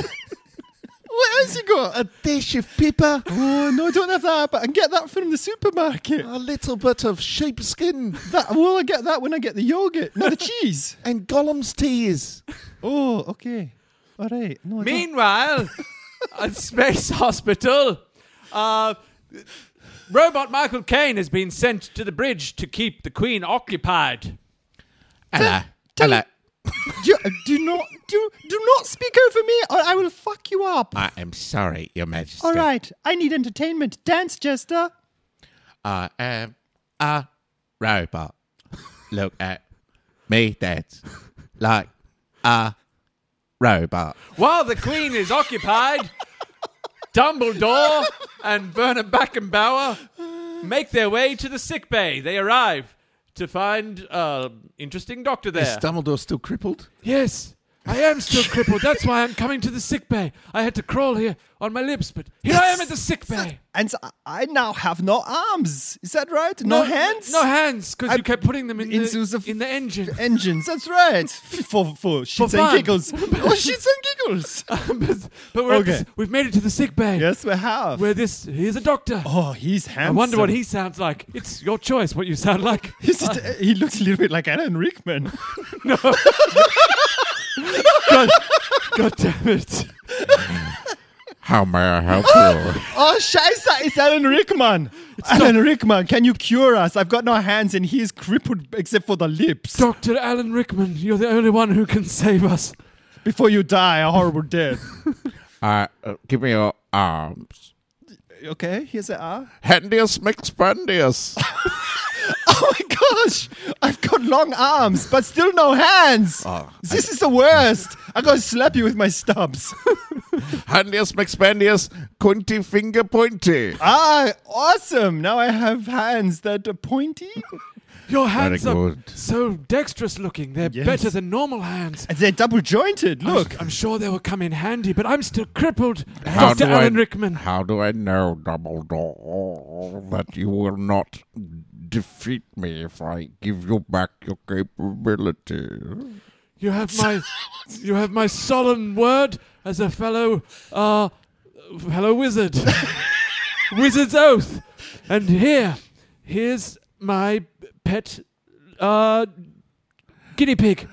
Speaker 2: What else you got?
Speaker 1: A dash of pepper.
Speaker 2: Oh no, I don't have that, but I can get that from the supermarket.
Speaker 1: A little bit of sheepskin.
Speaker 2: That well, I get that when I get the yogurt, not the cheese.
Speaker 1: And Gollum's tears.
Speaker 2: Oh, okay, all right. No, I don't-
Speaker 3: Meanwhile, at Space Hospital, uh, robot Michael Caine has been sent to the bridge to keep the Queen occupied.
Speaker 1: Hello.
Speaker 2: tell- You- uh, do not do do not speak over me, or I will fuck you
Speaker 3: Ah,
Speaker 2: up.
Speaker 1: I am sorry, Your Majesty.
Speaker 2: all right, I need entertainment. Dance, Jester.
Speaker 1: I am a robot. Look at me, dance like a robot.
Speaker 3: While the Queen is occupied, Dumbledore and Vernon Beckenbauer make their way to the sick bay. They arrive to find an interesting doctor there.
Speaker 1: Is Dumbledore still crippled?
Speaker 3: Yes, I am still crippled. That's why I'm coming to the sick bay. I had to crawl here on my lips, but here I am at the sick bay.
Speaker 2: And so I now have no arms. Is that right? No, hands.
Speaker 3: No hands, because you
Speaker 2: I'm-
Speaker 3: kept putting them in,
Speaker 2: in
Speaker 3: the,
Speaker 2: Zeus of-
Speaker 3: in the engine.
Speaker 2: Engines, that's right. For for shits
Speaker 3: fun.
Speaker 2: and giggles. oh, shits and giggles.
Speaker 3: but but we're at
Speaker 2: Okay.
Speaker 3: this- we've made it to the sick bay.
Speaker 2: yes, we have.
Speaker 3: Where this here's a doctor.
Speaker 2: oh, he's handsome.
Speaker 3: I wonder what he sounds like. It's your choice what you sound like.
Speaker 2: He's just, he looks a little bit like Alan Rickman.
Speaker 3: God damn it.
Speaker 1: How may I help you?
Speaker 2: oh, Scheiße, it's Alan Rickman. Alan Rickman, can you cure us? I've got no hands and he is crippled except for the lips.
Speaker 3: Dr. Alan Rickman, you're the only one who can save us.
Speaker 2: Before you die a horrible death.
Speaker 1: uh, uh, give me your arms.
Speaker 2: okay, here's a R.
Speaker 1: Handius McSpandius.
Speaker 2: Oh my gosh! I've got long arms, but still no hands.
Speaker 1: Ah,
Speaker 2: this is the worst. I'm gonna slap you with my stubs.
Speaker 1: Handius McSpandius. Quinty finger pointy.
Speaker 2: ah, awesome! Now I have hands that are pointy.
Speaker 3: Your hands
Speaker 1: Very
Speaker 3: are
Speaker 1: good.
Speaker 3: so dexterous looking. They're
Speaker 2: Yes.
Speaker 3: better than normal hands.
Speaker 2: And they're double jointed. Look,
Speaker 3: I'm sure they will come in handy, but I'm still crippled.
Speaker 1: How
Speaker 3: Dr.
Speaker 1: do
Speaker 3: Alan
Speaker 1: I,
Speaker 3: Rickman.
Speaker 1: How do I know, Dumbledore, that you will not defeat me if I give you back your capability?
Speaker 3: You have my you have my solemn word as a fellow uh fellow wizard. Wizard's oath. And here here's my pet uh guinea pig.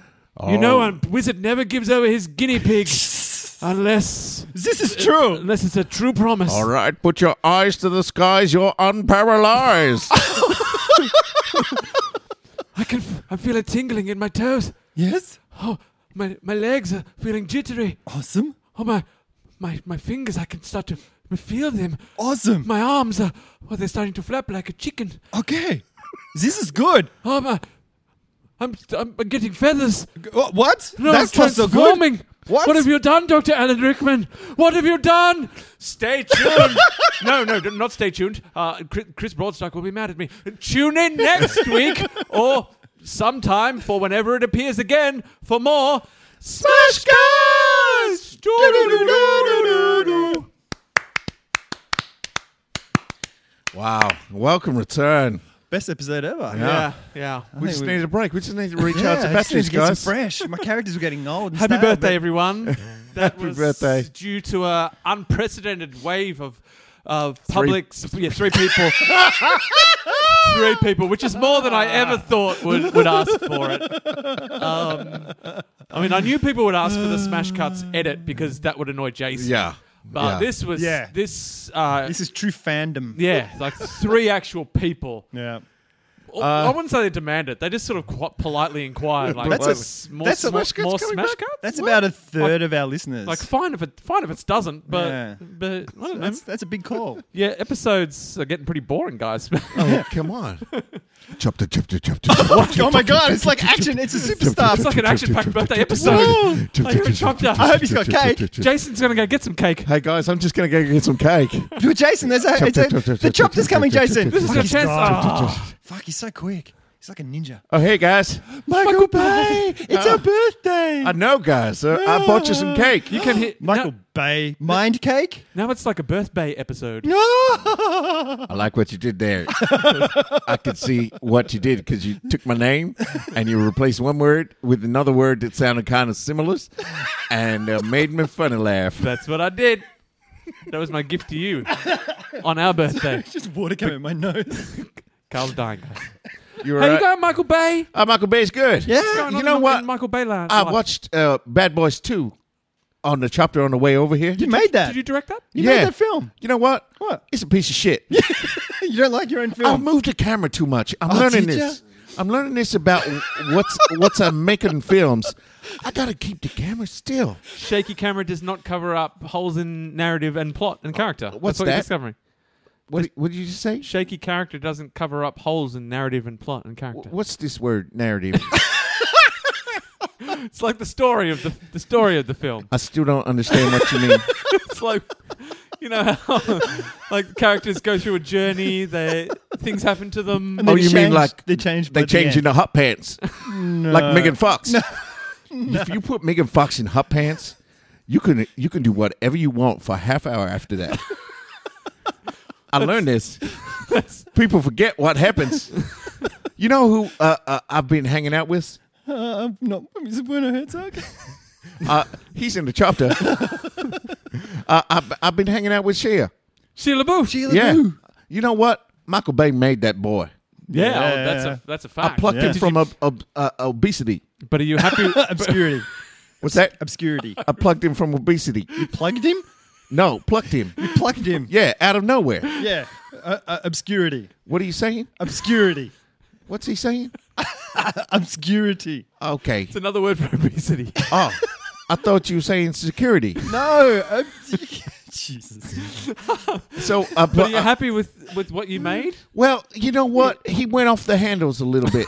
Speaker 3: You know
Speaker 1: Oh.
Speaker 3: a wizard never gives over his guinea pig unless
Speaker 2: this is true.
Speaker 3: unless it's a true promise.
Speaker 1: All right, put your eyes to the skies. You're unparalyzed.
Speaker 3: I can f- I feel a tingling in my toes.
Speaker 2: Yes,
Speaker 3: Oh, my my legs are feeling jittery.
Speaker 2: awesome,
Speaker 3: Oh my my my fingers I can start to feel them.
Speaker 2: awesome.
Speaker 3: My arms are well, they're starting to flap like a chicken.
Speaker 2: okay, this is good.
Speaker 3: Oh my, I'm I'm getting feathers.
Speaker 2: G- wha- Uh, What?
Speaker 3: No,
Speaker 2: That's
Speaker 3: I'm
Speaker 2: not so good.
Speaker 3: transforming.
Speaker 2: What?
Speaker 3: have you done, Doctor Alan Rickman? What have you done? Stay tuned. no, no, d- not stay tuned. Uh, Chri- Chris Broadstock will be mad at me. Tune in next week or sometime for whenever it appears again for more Smash Guys.
Speaker 1: wow. Welcome return.
Speaker 2: Best episode ever.
Speaker 3: Yeah, yeah.
Speaker 1: We just
Speaker 2: we-
Speaker 1: need a break. We just need to recharge
Speaker 2: Yeah,
Speaker 1: the
Speaker 2: I just need
Speaker 1: batteries,
Speaker 2: to get some
Speaker 1: guys.
Speaker 2: fresh. My characters are getting old. and
Speaker 3: Happy
Speaker 2: stale,
Speaker 3: birthday,
Speaker 2: but-
Speaker 3: everyone! That
Speaker 1: Happy
Speaker 3: was
Speaker 1: birthday.
Speaker 3: Due to an unprecedented wave of of public, yeah, three people, three people, which is more than I ever thought would, would ask for it. Um, I mean, I knew people would ask for the smash cuts edit because that would annoy Jason.
Speaker 1: Yeah.
Speaker 3: but
Speaker 1: yeah.
Speaker 3: this was
Speaker 2: Yeah.
Speaker 3: this, uh,
Speaker 2: This is true fandom.
Speaker 3: yeah, like three actual people.
Speaker 2: Yeah.
Speaker 1: Uh,
Speaker 3: I wouldn't say they demanded; they just sort of quite politely inquired, like,
Speaker 2: That's a-
Speaker 3: "What's more,
Speaker 2: that's a-
Speaker 3: more,
Speaker 1: Smash Cuts
Speaker 3: more
Speaker 1: coming
Speaker 3: smash
Speaker 1: back?
Speaker 3: cuts.
Speaker 2: That's about a third of our listeners.
Speaker 3: Like fine if it fine if it doesn't, but
Speaker 2: Yeah.
Speaker 3: but I don't know.
Speaker 2: that's, that's a big call.
Speaker 3: Yeah, episodes are getting pretty boring, guys.
Speaker 1: Oh, come on. chop chop chop chop chop. chop,
Speaker 2: oh
Speaker 1: chop,
Speaker 2: my
Speaker 1: chop,
Speaker 2: god,
Speaker 1: chop,
Speaker 2: it's like
Speaker 1: chop, chop,
Speaker 2: action. It's a
Speaker 1: chop, chop,
Speaker 2: superstar.
Speaker 3: It's like an
Speaker 1: chop,
Speaker 3: action-packed
Speaker 1: chop, chop,
Speaker 3: birthday
Speaker 1: chop,
Speaker 3: episode.
Speaker 1: chop,
Speaker 3: Woo!
Speaker 1: chop,
Speaker 3: I hear a
Speaker 1: chop,
Speaker 3: chop
Speaker 1: chop,
Speaker 3: down.
Speaker 1: chop,
Speaker 2: I hope he's
Speaker 1: chop,
Speaker 2: got
Speaker 1: chop,
Speaker 2: cake.
Speaker 1: chop, chop, chop.
Speaker 3: Jason's gonna go get some cake.
Speaker 1: Hey guys, I'm just going to go get some cake.
Speaker 2: Dude, Jason, there's a, it's a the chop is coming, Jason.
Speaker 3: This is your chance. Ah.
Speaker 2: Fuck, he's so quick. He's like a ninja.
Speaker 1: Oh, hey guys.
Speaker 2: Michael Bay, it's our birthday.
Speaker 5: I know, guys. I, I bought you some cake.
Speaker 3: You can hit
Speaker 2: Michael Bay mind cake.
Speaker 3: Now, now it's like a birthday episode.
Speaker 2: No.
Speaker 5: I like what you did there. I could see what you did because you took my name and you replaced one word with another word that sounded kind of similar and uh, made me funny laugh.
Speaker 3: That's what I did. That was my gift to you on our birthday.
Speaker 2: Just water came in my nose.
Speaker 3: Carl's dying. guys.
Speaker 5: You were
Speaker 3: How you
Speaker 5: right.
Speaker 3: going, Michael Bay?
Speaker 5: Uh, Michael Bay's good.
Speaker 3: What's
Speaker 2: Yeah.
Speaker 3: going
Speaker 5: You
Speaker 3: on
Speaker 5: know
Speaker 3: in-
Speaker 5: what?
Speaker 3: in Michael Bay line.
Speaker 5: I watched uh, Bad Boys 2 on the chopper on the way over here.
Speaker 2: You made that.
Speaker 3: Did you direct that?
Speaker 2: You
Speaker 5: Yeah.
Speaker 2: made that film.
Speaker 5: You know what?
Speaker 2: What?
Speaker 5: It's a piece of shit.
Speaker 2: you don't like your own
Speaker 5: I
Speaker 2: film.
Speaker 5: moved the camera too much. I'm
Speaker 2: Oh,
Speaker 5: learning
Speaker 2: did ya?
Speaker 5: this. I'm learning this about what's what's I'm making films. I gotta keep the camera still.
Speaker 3: Shaky camera does not cover up holes in narrative and plot and character. That's
Speaker 5: what's
Speaker 3: what you're
Speaker 5: that?
Speaker 3: discovering.
Speaker 5: What what did you just say?
Speaker 3: Shaky character doesn't cover up holes in narrative and plot and character.
Speaker 5: What's this word? Narrative.
Speaker 3: It's like the story of the the story of the film.
Speaker 5: I still don't understand what you mean.
Speaker 3: it's like you know how like characters go through a journey they things happen to them
Speaker 5: Oh,
Speaker 2: They
Speaker 5: you mean
Speaker 2: changed-
Speaker 5: like
Speaker 2: they changed?
Speaker 5: They
Speaker 2: by the
Speaker 5: change
Speaker 2: end.
Speaker 5: into hot pants, like Megan Fox.
Speaker 2: No.
Speaker 5: If you put Megan Fox in hot pants, you can you can do whatever you want for a half hour after that. I learned this. People forget what happens. you know who uh, uh, I've been hanging out with?
Speaker 2: Uh, I'm not. Is it Werner Herzog?
Speaker 5: Uh, he's in the chapter. uh, I've, I've been hanging out with Shia.
Speaker 3: Sheila LaBeouf.
Speaker 5: Yeah. You know what? Michael Bay made that boy.
Speaker 3: yeah,
Speaker 2: Yeah.
Speaker 3: oh, that's a that's a
Speaker 5: I
Speaker 3: fact
Speaker 5: plucked
Speaker 2: Ah, Yeah.
Speaker 5: him from ob- ob- uh, obesity.
Speaker 3: but are you happy
Speaker 2: Obscurity.
Speaker 5: What's that?
Speaker 2: Obscurity.
Speaker 5: I plugged him from obesity.
Speaker 2: Plugged him.
Speaker 5: No, plucked him.
Speaker 2: Plugged him.
Speaker 5: Yeah, out of nowhere.
Speaker 2: Yeah. Uh, uh, obscurity.
Speaker 5: What are you saying?
Speaker 2: Obscurity.
Speaker 5: What's he saying?
Speaker 2: Obscurity.
Speaker 5: Okay.
Speaker 3: it's another word for obesity
Speaker 5: Oh, I thought you were saying security.
Speaker 2: No. ob- Jesus.
Speaker 5: So, uh,
Speaker 3: but are
Speaker 5: but,
Speaker 3: you
Speaker 5: uh,
Speaker 3: happy with with what you made
Speaker 5: well, you know what? He went off the handles a little bit.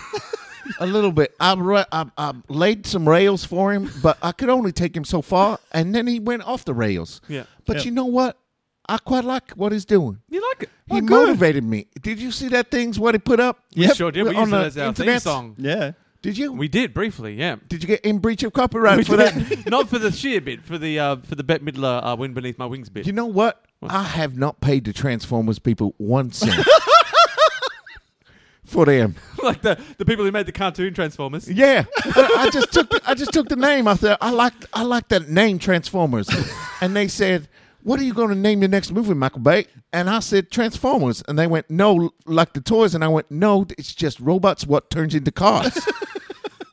Speaker 5: A little bit. I, ru- I, I laid some rails for him, but I could only take him so far, and then he went off the rails.
Speaker 3: Yeah.
Speaker 5: But
Speaker 2: Yeah.
Speaker 5: you know what? I quite like what he's doing.
Speaker 3: you like it
Speaker 5: He motivated me. Did you see that things what he put up?
Speaker 2: Yep.
Speaker 3: sure did we
Speaker 5: We're
Speaker 3: used it
Speaker 5: on the
Speaker 3: as our theme
Speaker 5: internet.
Speaker 3: song
Speaker 2: Yeah.
Speaker 5: Did you?
Speaker 3: we did briefly yeah
Speaker 5: did you get in breach of copyright for that?
Speaker 3: not for the sheer bit for the uh, for the Bette Midler uh, wind beneath my wings bit
Speaker 5: You know what? I have not paid the Transformers people one cent for them.
Speaker 3: like the the people who made the cartoon Transformers
Speaker 5: Yeah, I, I just took I just took the name out there. I liked I liked that name Transformers, and they said, "What are you going to name the next movie, Michael Bay?" And I said Transformers, and they went, "No, like the toys," and I went, "No, it's just robots. What turns into cars?"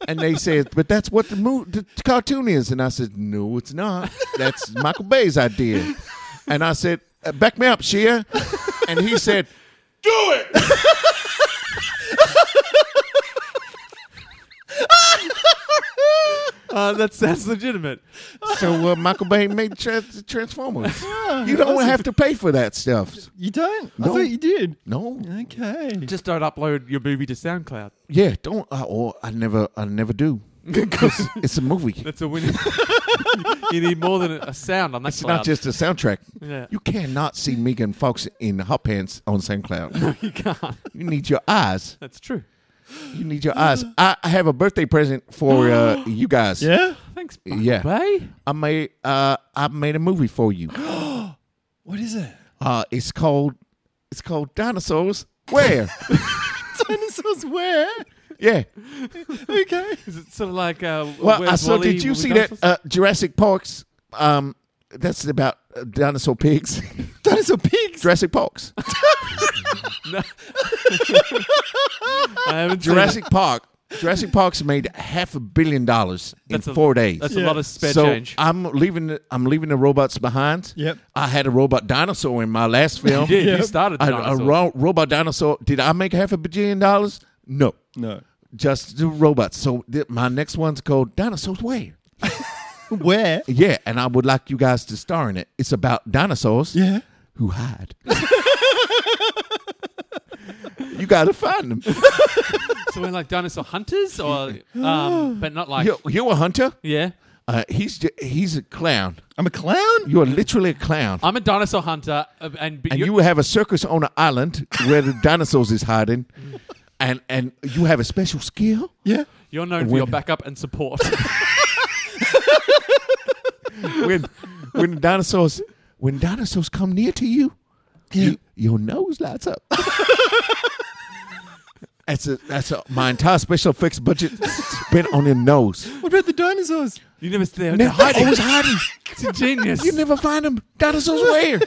Speaker 5: and they said, "But that's what the mo- the cartoon is." And I said, "No, it's not. That's Michael Bay's idea." And I said, uh, "Back me up, Shia," and he said. Do it!
Speaker 3: uh, that sounds legitimate
Speaker 5: So uh, Michael Bay made tra- Transformers. You don't have to pay for that stuff.
Speaker 2: You don't? I
Speaker 5: No.
Speaker 2: thought you did.
Speaker 5: No.
Speaker 2: Okay.
Speaker 3: just don't upload your movie to SoundCloud
Speaker 5: Yeah, don't. Uh, or I never, I never do. 'Cause it's a movie.
Speaker 3: That's a win. you need more than a sound on that
Speaker 5: It's
Speaker 3: cloud.
Speaker 5: not just a soundtrack.
Speaker 3: Yeah.
Speaker 5: You cannot see Megan Fox in hot pants on SoundCloud.
Speaker 3: you can't.
Speaker 5: you need your eyes.
Speaker 3: That's true.
Speaker 5: You need your eyes. I I have a birthday present for uh, you guys.
Speaker 2: yeah.
Speaker 3: Thanks, Michael
Speaker 5: Yeah.
Speaker 3: Bay.
Speaker 5: I made, uh, I made a movie for you.
Speaker 2: What is it?
Speaker 5: Uh, it's called, it's called Dinosaurs. Where?
Speaker 2: Dinosaurs where?
Speaker 5: yeah.
Speaker 2: Okay.
Speaker 3: Is it sort of like uh,
Speaker 5: Well,
Speaker 3: Where's
Speaker 5: I saw.
Speaker 3: Wally
Speaker 5: Did you
Speaker 3: with
Speaker 5: see that
Speaker 3: dinosaurs?
Speaker 5: uh, Jurassic Parks? Um, that's about uh, dinosaur pigs.
Speaker 2: Dinosaur pigs.
Speaker 5: Jurassic Parks.
Speaker 3: I haven't seen
Speaker 5: Jurassic Park. Jurassic Park's made half a billion dollars
Speaker 3: it. That's
Speaker 5: in
Speaker 3: a-
Speaker 5: four days.
Speaker 3: That's a
Speaker 2: Yeah.
Speaker 3: lot of spare
Speaker 5: so
Speaker 3: change.
Speaker 5: I'm leaving. The, I'm leaving the robots behind.
Speaker 2: Yep.
Speaker 5: I had a robot dinosaur in my last
Speaker 3: you
Speaker 5: film.
Speaker 3: did.
Speaker 2: Yeah.
Speaker 3: You started the
Speaker 5: A, a
Speaker 3: dinosaurs.
Speaker 5: ro- robot dinosaur. Did I make half a bajillion dollars? No,
Speaker 2: No.
Speaker 5: just the robots. So th- my next one's called Dinosaurs Where.
Speaker 2: Where?
Speaker 5: Yeah, and I would like you guys to star in it. It's about dinosaurs.
Speaker 2: Yeah.
Speaker 5: who hide. you gotta find them.
Speaker 3: So we're like dinosaur hunters, or um, but not like
Speaker 5: You're, you're a hunter.
Speaker 3: yeah.
Speaker 5: Uh, he's ju- he's a clown.
Speaker 2: I'm a clown?
Speaker 5: You are literally a clown,
Speaker 3: I'm a dinosaur hunter, uh, and, but
Speaker 5: and
Speaker 3: you're-
Speaker 5: you have a circus on an island where the dinosaurs is hiding, and and you have a special skill.
Speaker 2: Yeah.
Speaker 3: you're known for
Speaker 5: Win.
Speaker 3: your backup and support.
Speaker 1: when when dinosaurs when dinosaurs come near to you, you your nose lights up. that's a that's a, my entire special effects budget spent on your nose.
Speaker 2: What about the dinosaurs?
Speaker 3: You never stay
Speaker 1: They're hiding, always hiding.
Speaker 3: It's ingenious.
Speaker 1: You never find them. Dinosaurs where?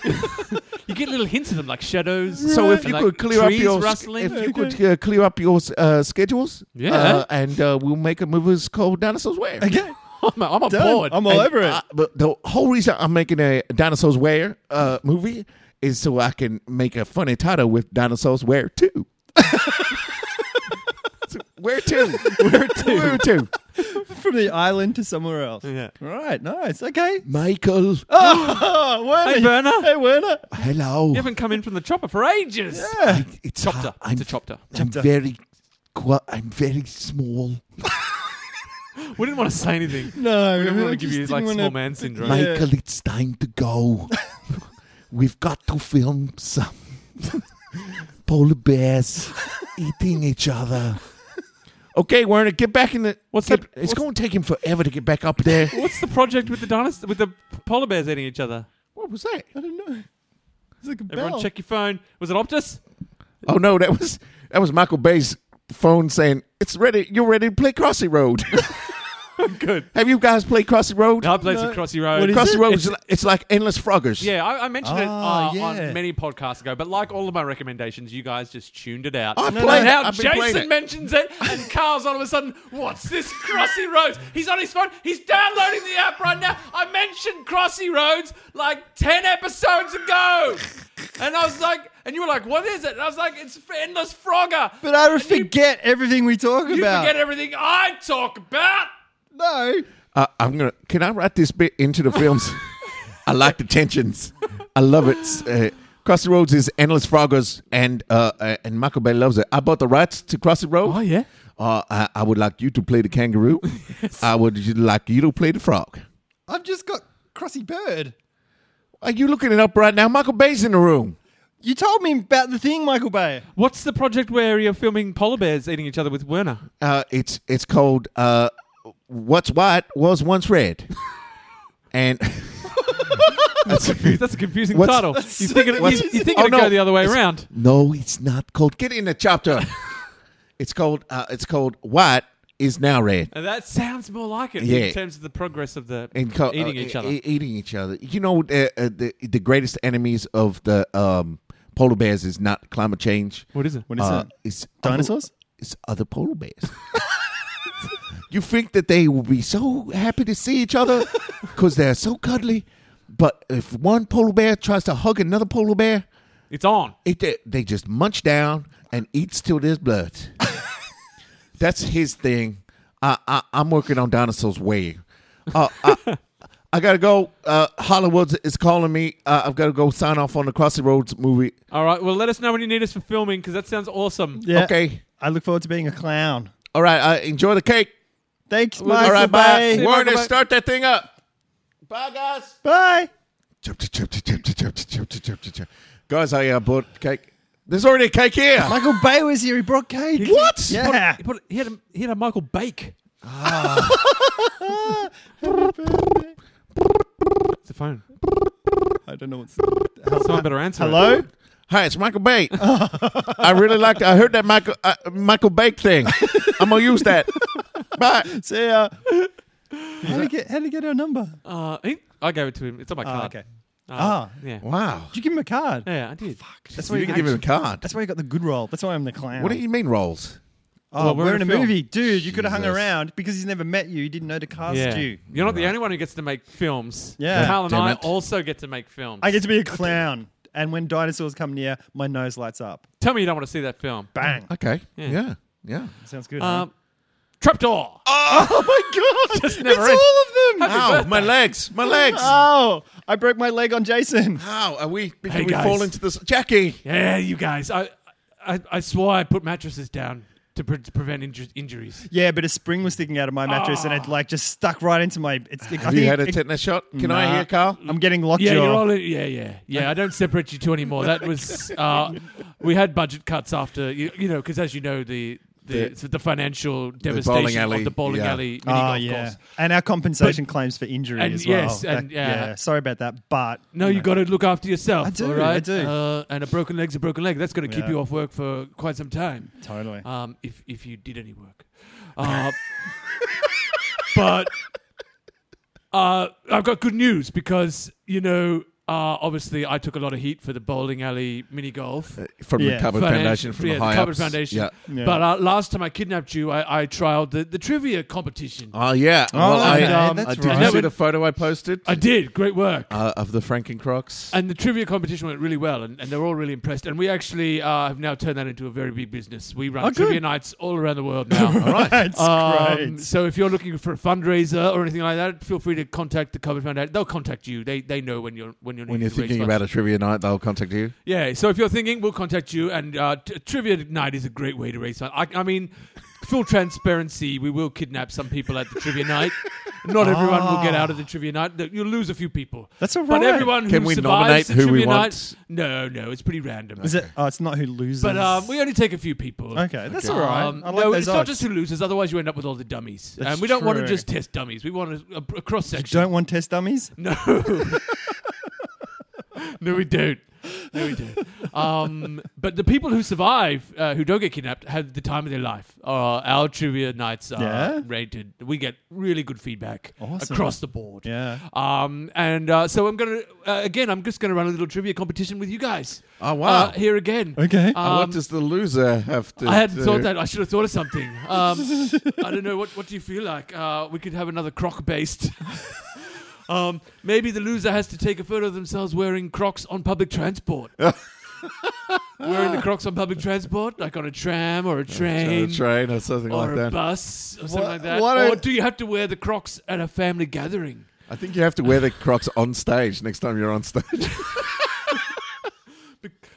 Speaker 3: You get little hints of them, like shadows.
Speaker 1: So if you
Speaker 3: and,
Speaker 1: could
Speaker 3: like,
Speaker 1: clear up
Speaker 3: trees
Speaker 1: your
Speaker 3: rustling.
Speaker 1: if you could uh, clear up your uh, schedules,
Speaker 3: Yeah.
Speaker 1: uh, and uh, we'll make a movie that's called Dinosaurs Where.
Speaker 2: Okay.
Speaker 3: I'm, I'm on
Speaker 2: Done.
Speaker 3: board.
Speaker 2: I'm all
Speaker 1: And,
Speaker 2: over it.
Speaker 1: uh, but the whole reason I'm making a Dinosaurs Where uh, movie is so I can make a funny title with Dinosaurs Where Two. So, Where two? Where two? Where two?
Speaker 2: From the island to somewhere else.
Speaker 3: Yeah.
Speaker 2: Right, nice. Okay.
Speaker 1: Michael,
Speaker 2: Oh, Werner.
Speaker 3: Hey, Werner.
Speaker 2: Hey, Werner.
Speaker 1: hello.
Speaker 3: You haven't come in from the chopper for ages.
Speaker 1: It's
Speaker 3: Chopter.
Speaker 1: hard.
Speaker 2: Uh,
Speaker 1: I'm,
Speaker 3: It's a chopter.
Speaker 1: I'm very, qu- I'm very small.
Speaker 3: We didn't want to say anything.
Speaker 2: No,
Speaker 3: We didn't
Speaker 2: I
Speaker 3: want to give
Speaker 2: just
Speaker 3: you
Speaker 2: didn't
Speaker 3: like
Speaker 2: wanna-
Speaker 3: small man syndrome.
Speaker 2: Mate.
Speaker 1: Michael, it's time to go. We've got to film some polar bears eating each other. Okay, Werner, get back in the.
Speaker 3: What's
Speaker 1: get-
Speaker 3: that-
Speaker 1: It's
Speaker 3: what's-
Speaker 1: going to take him forever to get back up there.
Speaker 3: What's the project with the dinosaurs, with the polar bears eating each other?
Speaker 1: what was that?
Speaker 2: I don't know. It's like a
Speaker 3: Everyone,
Speaker 2: bell.
Speaker 3: check your phone. Was it Optus?
Speaker 1: Oh no, that was that was Michael Bay's phone saying it's ready. You're ready to play Crossy Road.
Speaker 3: Good.
Speaker 1: Have you guys played Crossy Road?
Speaker 3: No, I played some
Speaker 2: No.
Speaker 3: Crossy Road.
Speaker 2: What is
Speaker 1: Crossy
Speaker 2: it?
Speaker 1: Road. It's, like, it's like endless froggers.
Speaker 3: Yeah, I, I mentioned it
Speaker 2: Ah,
Speaker 3: uh,
Speaker 2: yeah.
Speaker 3: on many podcasts ago, but like all of my recommendations, you guys just tuned it out.
Speaker 1: I
Speaker 3: And
Speaker 1: played it.
Speaker 3: now
Speaker 1: I've been playing
Speaker 3: Jason
Speaker 1: it.
Speaker 3: mentions it, and Carl's all of a sudden, what's this Crossy Roads? He's on his phone. He's downloading the app right now. I mentioned Crossy Roads like 10 episodes ago. And I was like, and you were like, what is it? And I was like, it's Endless Frogger.
Speaker 2: But I
Speaker 3: And you-
Speaker 2: forget everything we talk
Speaker 3: You
Speaker 2: about.
Speaker 3: forget everything I talk about.
Speaker 2: no.
Speaker 1: Uh, I'm gonna. Can I write this bit into the films? I like the tensions. I love it. Uh, Crossy Roads is endless froggers, and uh, uh, and Michael Bay loves it. I bought the rights to Crossy Road.
Speaker 3: Oh, yeah.
Speaker 1: Uh, I, I would like you to play the kangaroo. I would you- like you to play the frog.
Speaker 2: I've just got Crossy Bird.
Speaker 1: Are you looking it up right now? Michael Bay's in the room.
Speaker 2: You told me about the thing, Michael Bay.
Speaker 3: What's the project where you're filming polar bears eating each other with Werner?
Speaker 1: Uh, it's it's called uh, "What's White Was Once Red," and that's
Speaker 3: That's a confusing
Speaker 1: What's-
Speaker 3: title. You think it,
Speaker 1: what's-
Speaker 3: you, you think
Speaker 1: Oh,
Speaker 3: it'd go
Speaker 1: no.
Speaker 3: the other way
Speaker 1: It's-
Speaker 3: around?
Speaker 1: No, it's not called. Get in the chapter. it's called. Uh, it's called. White is now red.
Speaker 3: And that sounds more like it
Speaker 1: Yeah.
Speaker 3: in terms of the progress of the
Speaker 1: And co-
Speaker 3: eating
Speaker 1: uh,
Speaker 3: each
Speaker 1: e-
Speaker 3: other.
Speaker 1: e- eating each other. You know, uh, uh, the the greatest enemies of the um, polar bears is not climate change.
Speaker 3: what is it?
Speaker 2: What is
Speaker 1: Uh,
Speaker 2: it?
Speaker 1: It's
Speaker 2: Dinosaurs?
Speaker 1: Other, it's other polar bears. you think that they will be so happy to see each other because they're so cuddly, but if one polar bear tries to hug another polar bear,
Speaker 3: It's on.
Speaker 1: it they, they just munch down and eats till there's blood. That's his thing. I, I I'm working on dinosaurs way. Uh, I, I gotta go. Uh, Hollywood is calling me. Uh, I've got to go sign off on the Crossy Roads movie.
Speaker 3: All right. Well, let us know when you need us for filming because that sounds awesome.
Speaker 2: Yeah.
Speaker 1: Okay.
Speaker 2: I look forward to being a clown.
Speaker 1: All right. Uh, enjoy the cake.
Speaker 2: Thanks,
Speaker 1: All
Speaker 2: Michael
Speaker 1: right.
Speaker 2: Bay.
Speaker 1: Bye.
Speaker 3: See you,
Speaker 1: Warner,
Speaker 3: Michael Bay.
Speaker 1: start that thing up. Bye, guys.
Speaker 2: Bye.
Speaker 1: Chirp, chirp, chirp, chirp, chirp, chirp, chirp, chirp, chirp. Guys, I uh, bought cake. There's already a cake here.
Speaker 2: Michael Bay was here. He brought cake.
Speaker 1: What?
Speaker 2: Yeah.
Speaker 3: He, put, he, had a, he had a Michael Bake.
Speaker 1: Ah.
Speaker 3: it's a phone.
Speaker 2: I don't know what's.
Speaker 3: Someone better answer. it.
Speaker 2: Hello?
Speaker 1: Hi, it's Michael Bay. I really liked. I heard that Michael uh, Michael Bake thing. I'm gonna use that. Bye.
Speaker 2: See ya. How did he get, how did he get our number?
Speaker 3: Uh, he, I gave it to him. It's on my card.
Speaker 2: okay.
Speaker 3: Uh,
Speaker 2: Ah.
Speaker 3: Yeah.
Speaker 1: Wow.
Speaker 2: Did you give him a card?
Speaker 3: Yeah, I did.
Speaker 2: That's
Speaker 1: You
Speaker 2: why you
Speaker 1: didn't give him a card.
Speaker 2: That's why you got the good role. That's why I'm the clown.
Speaker 1: What do you mean rolls?
Speaker 2: Oh,
Speaker 3: Well,
Speaker 2: we're, in a
Speaker 3: film.
Speaker 2: movie, dude. You could have hung
Speaker 1: Jesus.
Speaker 2: around because he's never met you. He didn't know to cast
Speaker 3: Yeah.
Speaker 2: you.
Speaker 3: You're not the only one who gets to make films.
Speaker 2: Yeah.
Speaker 3: Carl and
Speaker 1: Damn
Speaker 3: I
Speaker 1: it.
Speaker 3: also get to make films.
Speaker 2: I get to be a clown, and when dinosaurs come near, my nose lights up.
Speaker 3: Tell me you don't want to see that film.
Speaker 2: Bang!
Speaker 1: Okay.
Speaker 3: Yeah.
Speaker 1: Yeah. Yeah.
Speaker 2: Sounds good. huh?
Speaker 3: Um, Trapdoor.
Speaker 2: Uh, oh my god!
Speaker 3: Just never
Speaker 2: it's
Speaker 3: end.
Speaker 2: all of them.
Speaker 1: Ow, my legs. My legs.
Speaker 2: Oh, I broke my leg on Jason.
Speaker 1: How are we? Did
Speaker 3: Hey,
Speaker 1: we
Speaker 3: guys.
Speaker 1: fall into this? Jackie.
Speaker 3: Yeah, you guys. I, I, I swore I put mattresses down to, pre- to prevent inju- injuries.
Speaker 2: Yeah, but a spring was sticking out of my mattress, and
Speaker 3: Ah.
Speaker 2: it like just stuck right into my. It's, I
Speaker 1: Have
Speaker 2: think
Speaker 1: you had a
Speaker 2: it-
Speaker 1: tetanus shot? Can I hear, Carl?
Speaker 2: I'm getting lockjaw.
Speaker 3: Yeah, you're all in, yeah, yeah, yeah. I don't separate you two anymore. That was uh, we had budget cuts after you, you know because as you know the the the,
Speaker 1: The-
Speaker 3: it's the financial devastation
Speaker 1: bowling alley,
Speaker 3: of the bowling
Speaker 1: yeah.
Speaker 3: alley. Mini
Speaker 2: Oh
Speaker 3: golf
Speaker 2: yeah,
Speaker 3: course.
Speaker 2: and our compensation claims for injury
Speaker 3: and
Speaker 2: as well.
Speaker 3: yes, and
Speaker 2: That-
Speaker 3: yeah.
Speaker 2: sorry about that, but
Speaker 3: No, you got to look after yourself.
Speaker 2: I do,
Speaker 3: All right?
Speaker 2: I do.
Speaker 3: Uh, and a broken leg's a broken leg. That's going to keep
Speaker 2: Yeah.
Speaker 3: you off work for quite some time.
Speaker 2: totally.
Speaker 3: Um, if if you did any work, uh, but uh, I've got good news because you know. Uh, obviously, I took a lot of heat for the bowling alley mini golf
Speaker 1: from
Speaker 2: Yeah.
Speaker 1: the Cupboard Foundation, from
Speaker 3: yeah,
Speaker 1: the high
Speaker 3: Cupboard
Speaker 1: ups.
Speaker 3: Foundation.
Speaker 1: Yeah.
Speaker 2: Yeah.
Speaker 3: But uh, last time I kidnapped you, I, I trialed the, the trivia competition.
Speaker 1: Oh yeah.
Speaker 2: oh,
Speaker 1: well,
Speaker 2: okay,
Speaker 1: I,
Speaker 3: um,
Speaker 2: that's
Speaker 1: I did
Speaker 2: right.
Speaker 1: you
Speaker 3: That
Speaker 1: see
Speaker 3: would-
Speaker 1: the photo I posted
Speaker 3: I did great work.
Speaker 1: uh, of the Franken Crocs?
Speaker 3: And the trivia competition went really well, and, and they're all really impressed. And we actually uh, have now turned that into a very big business. We run
Speaker 2: Oh, good.
Speaker 3: trivia nights all around the world now. all right.
Speaker 2: That's
Speaker 3: Um,
Speaker 2: great.
Speaker 3: So if you're looking for a fundraiser or anything like that, feel free to contact the Cupboard Foundation. They'll contact you. They they know when you're when you're
Speaker 1: when you're thinking about a trivia night, they'll contact you.
Speaker 3: Yeah. So if you're thinking, we'll contact you. And uh, t- trivia night is a great way to raise funds. I, I mean, full transparency, we will kidnap some people at the trivia night. Not
Speaker 1: Ah.
Speaker 3: everyone will get out of the trivia night. Th- You'll lose a few people.
Speaker 2: That's all
Speaker 3: But
Speaker 2: right.
Speaker 3: everyone
Speaker 1: Can
Speaker 3: who
Speaker 1: we
Speaker 3: survives
Speaker 1: nominate
Speaker 3: the
Speaker 1: who we
Speaker 3: trivia
Speaker 1: want?
Speaker 3: night, no, no, it's pretty random.
Speaker 2: Is it? Oh, it's not who loses.
Speaker 3: But um, we only take a few people.
Speaker 2: okay, that's all right.
Speaker 3: Um,
Speaker 2: I like
Speaker 3: no,
Speaker 2: those
Speaker 3: it's
Speaker 2: odds.
Speaker 3: not just who loses. Otherwise, you end up with all the dummies,
Speaker 2: That's
Speaker 3: and we don't want to
Speaker 2: true.
Speaker 3: just test dummies. We want a, a, a cross
Speaker 2: you
Speaker 3: section.
Speaker 2: don't want test dummies.
Speaker 3: No. no, we don't. No, we don't. Um, but the people who survive, uh, who don't get kidnapped, have the time of their life. Uh, our trivia nights are
Speaker 2: Yeah?
Speaker 3: rated. We get really good feedback
Speaker 2: Awesome.
Speaker 3: across the board.
Speaker 2: Yeah.
Speaker 3: Um, and uh, so I'm going to, uh, again, I'm just going to run a little trivia competition with you guys.
Speaker 1: Oh, wow.
Speaker 3: Uh, here again.
Speaker 2: Okay.
Speaker 1: And
Speaker 3: Um,
Speaker 1: what does the loser have to?
Speaker 3: I hadn't
Speaker 1: do?
Speaker 3: thought that. I should have thought of something. Um, I don't know. What What do you feel like? Uh, we could have another croc based. um, maybe the loser has to take a photo of themselves wearing crocs on public transport. wearing the crocs on public transport, like on a tram or a
Speaker 1: A
Speaker 3: train.
Speaker 1: train or something
Speaker 3: Or
Speaker 1: like
Speaker 3: a
Speaker 1: that.
Speaker 3: bus, or something
Speaker 1: What-
Speaker 3: like that.
Speaker 1: what
Speaker 3: or
Speaker 1: are-
Speaker 3: do you have to wear the Crocs at a family gathering?
Speaker 1: I think you have to wear the Crocs on stage next time you're on stage.